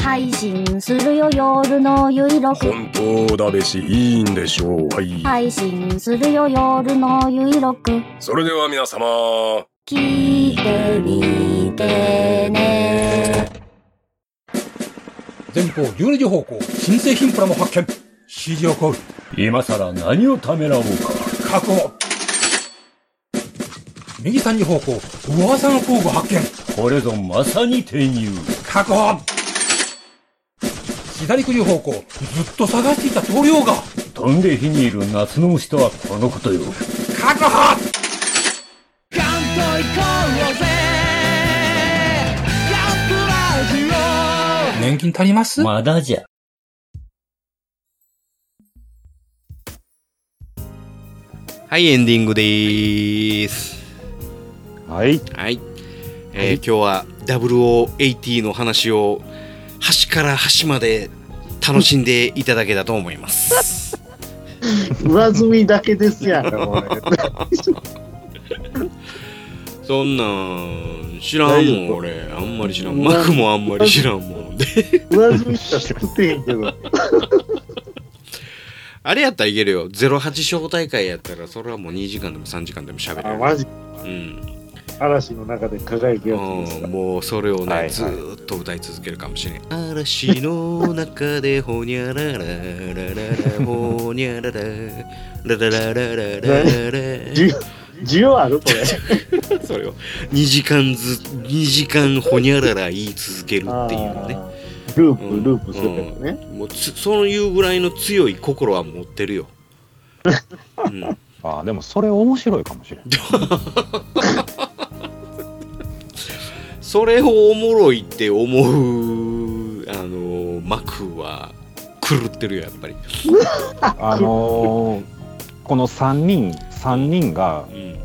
配信するよ夜のゆいろく
本当だべしいいんでしょうはい、
配信するよ夜のゆいろく
それでは皆様
聞いてみてね
前方12時方向新製品プラも発見指示を行う
今さら何をためらおうか
確保右3時方向噂の工具発見
これぞまさに転入
確保左9時方向ずっと探していた棟梁が
飛んで火にいる夏の虫とはこのことよ
確保年金足ります
まだじゃ
はいエンディングでーす <laughs>
はい
はい、えー今日は0080の話を端から端まで楽しんでいただけたと思い <laughs> ます
上積みだけですやんか、これ。
そんなん知らんもん俺あんまり知らんマクもあんまり知らんもんで
上積みしたら作ってへんけど。
あれやったらいけるよ08招待会やったらそれはもう2時間でも3時間でも喋れ
あ
る
マジ、
うん
嵐の中で輝くやつです
うん
か。
もうそれをね、
はいはい
ずーっと歌い続けるかもしれない嵐の中でほにゃらららららほにゃらららららららら
需需要あるこれ。
らそれを2時間ず2時間ほにゃらら言い続けるっていうね
あールー
うん
プ、ループするやつね。
もうつそういうぐらいの強い心は持ってるよ、うん、
あーでもそれ面白いか
<laughs>
もしれん
それをおもろいって思うあの幕は狂ってるよやっぱり、
あのーこの3人三人が
うん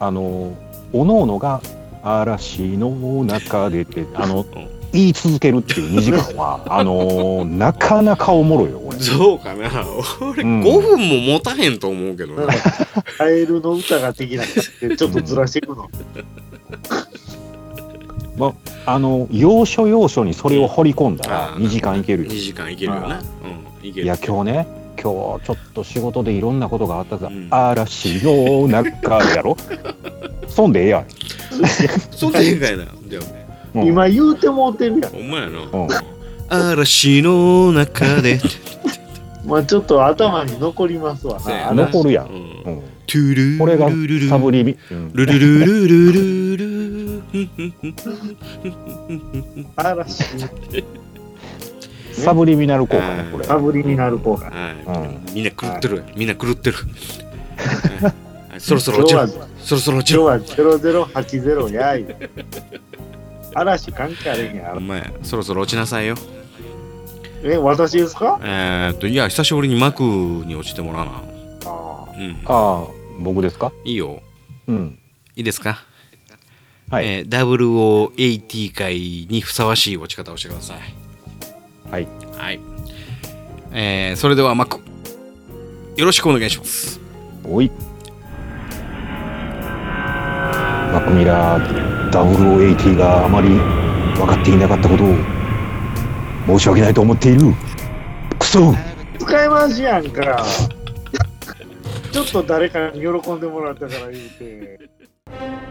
あのおのおのが嵐の中でってあの
ん
言い続けるっていう2時間
<laughs>
はあのなかなかおもろいよこれ
そうかな俺
うん
5分も持たへんと思うけど
なん
な
か、カエルの歌が的な感じで、ちょっとずらしていくの。
あの要所要所にそれを掘り込んだら
あー
2時間いける
2
よ
時間いけるよなうんいけ
い
る
や今日ね今日ちょっと仕事でいろんなことがあったが、
うん
嵐の中で
<laughs>
やろそんでええやん、
そんなでかいなじゃあ
うん
今言うてもうてるやん。
ほんまやな
うん
嵐の中で
まあちょっと頭に残りますわ
そう
な。
や
あ
な
の
残るや。
うんん
うん
トゥル
これがサブリミ。うん
ルルルルルルル
嵐、
サブリミナル効果ね、これ。
サブリになる効果。
はいみんな狂ってるみんな狂ってるはいそろそろ
今
落
日
ち
は、
ろ
今
そろそろ落ち
日
ろ
は0080やい。嵐関係あるんや
お。前そろそろ落ちなさいよ
え、私ですか
えーっといや久しぶりに幕に落ちてもらわな
ああ
うん
ああ、僕ですか
いいよ
うん。
いいですか
はい
えー、0080回にふさわしい落ち方をしてください
はい
はいえー、それでは幕よろしくお願いします
おい。マクミラー、0080があまり分かっていなかったことを申し訳ないと思っている。クソ
使い回しやんか。ちょっと誰かに喜んでもらったから言うて。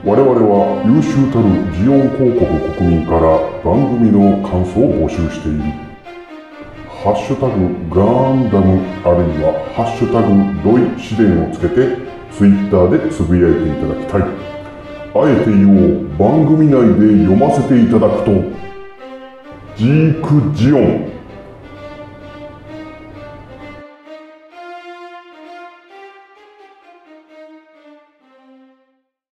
我々は優秀たるジオン広告国民から番組の感想を募集している「ハッシュタグガンダム」あるいは「ハッシュタグドイ試練」をつけてツイッターでつぶやいていただきたいあえて言おう番組内で読ませていただくとジークジオン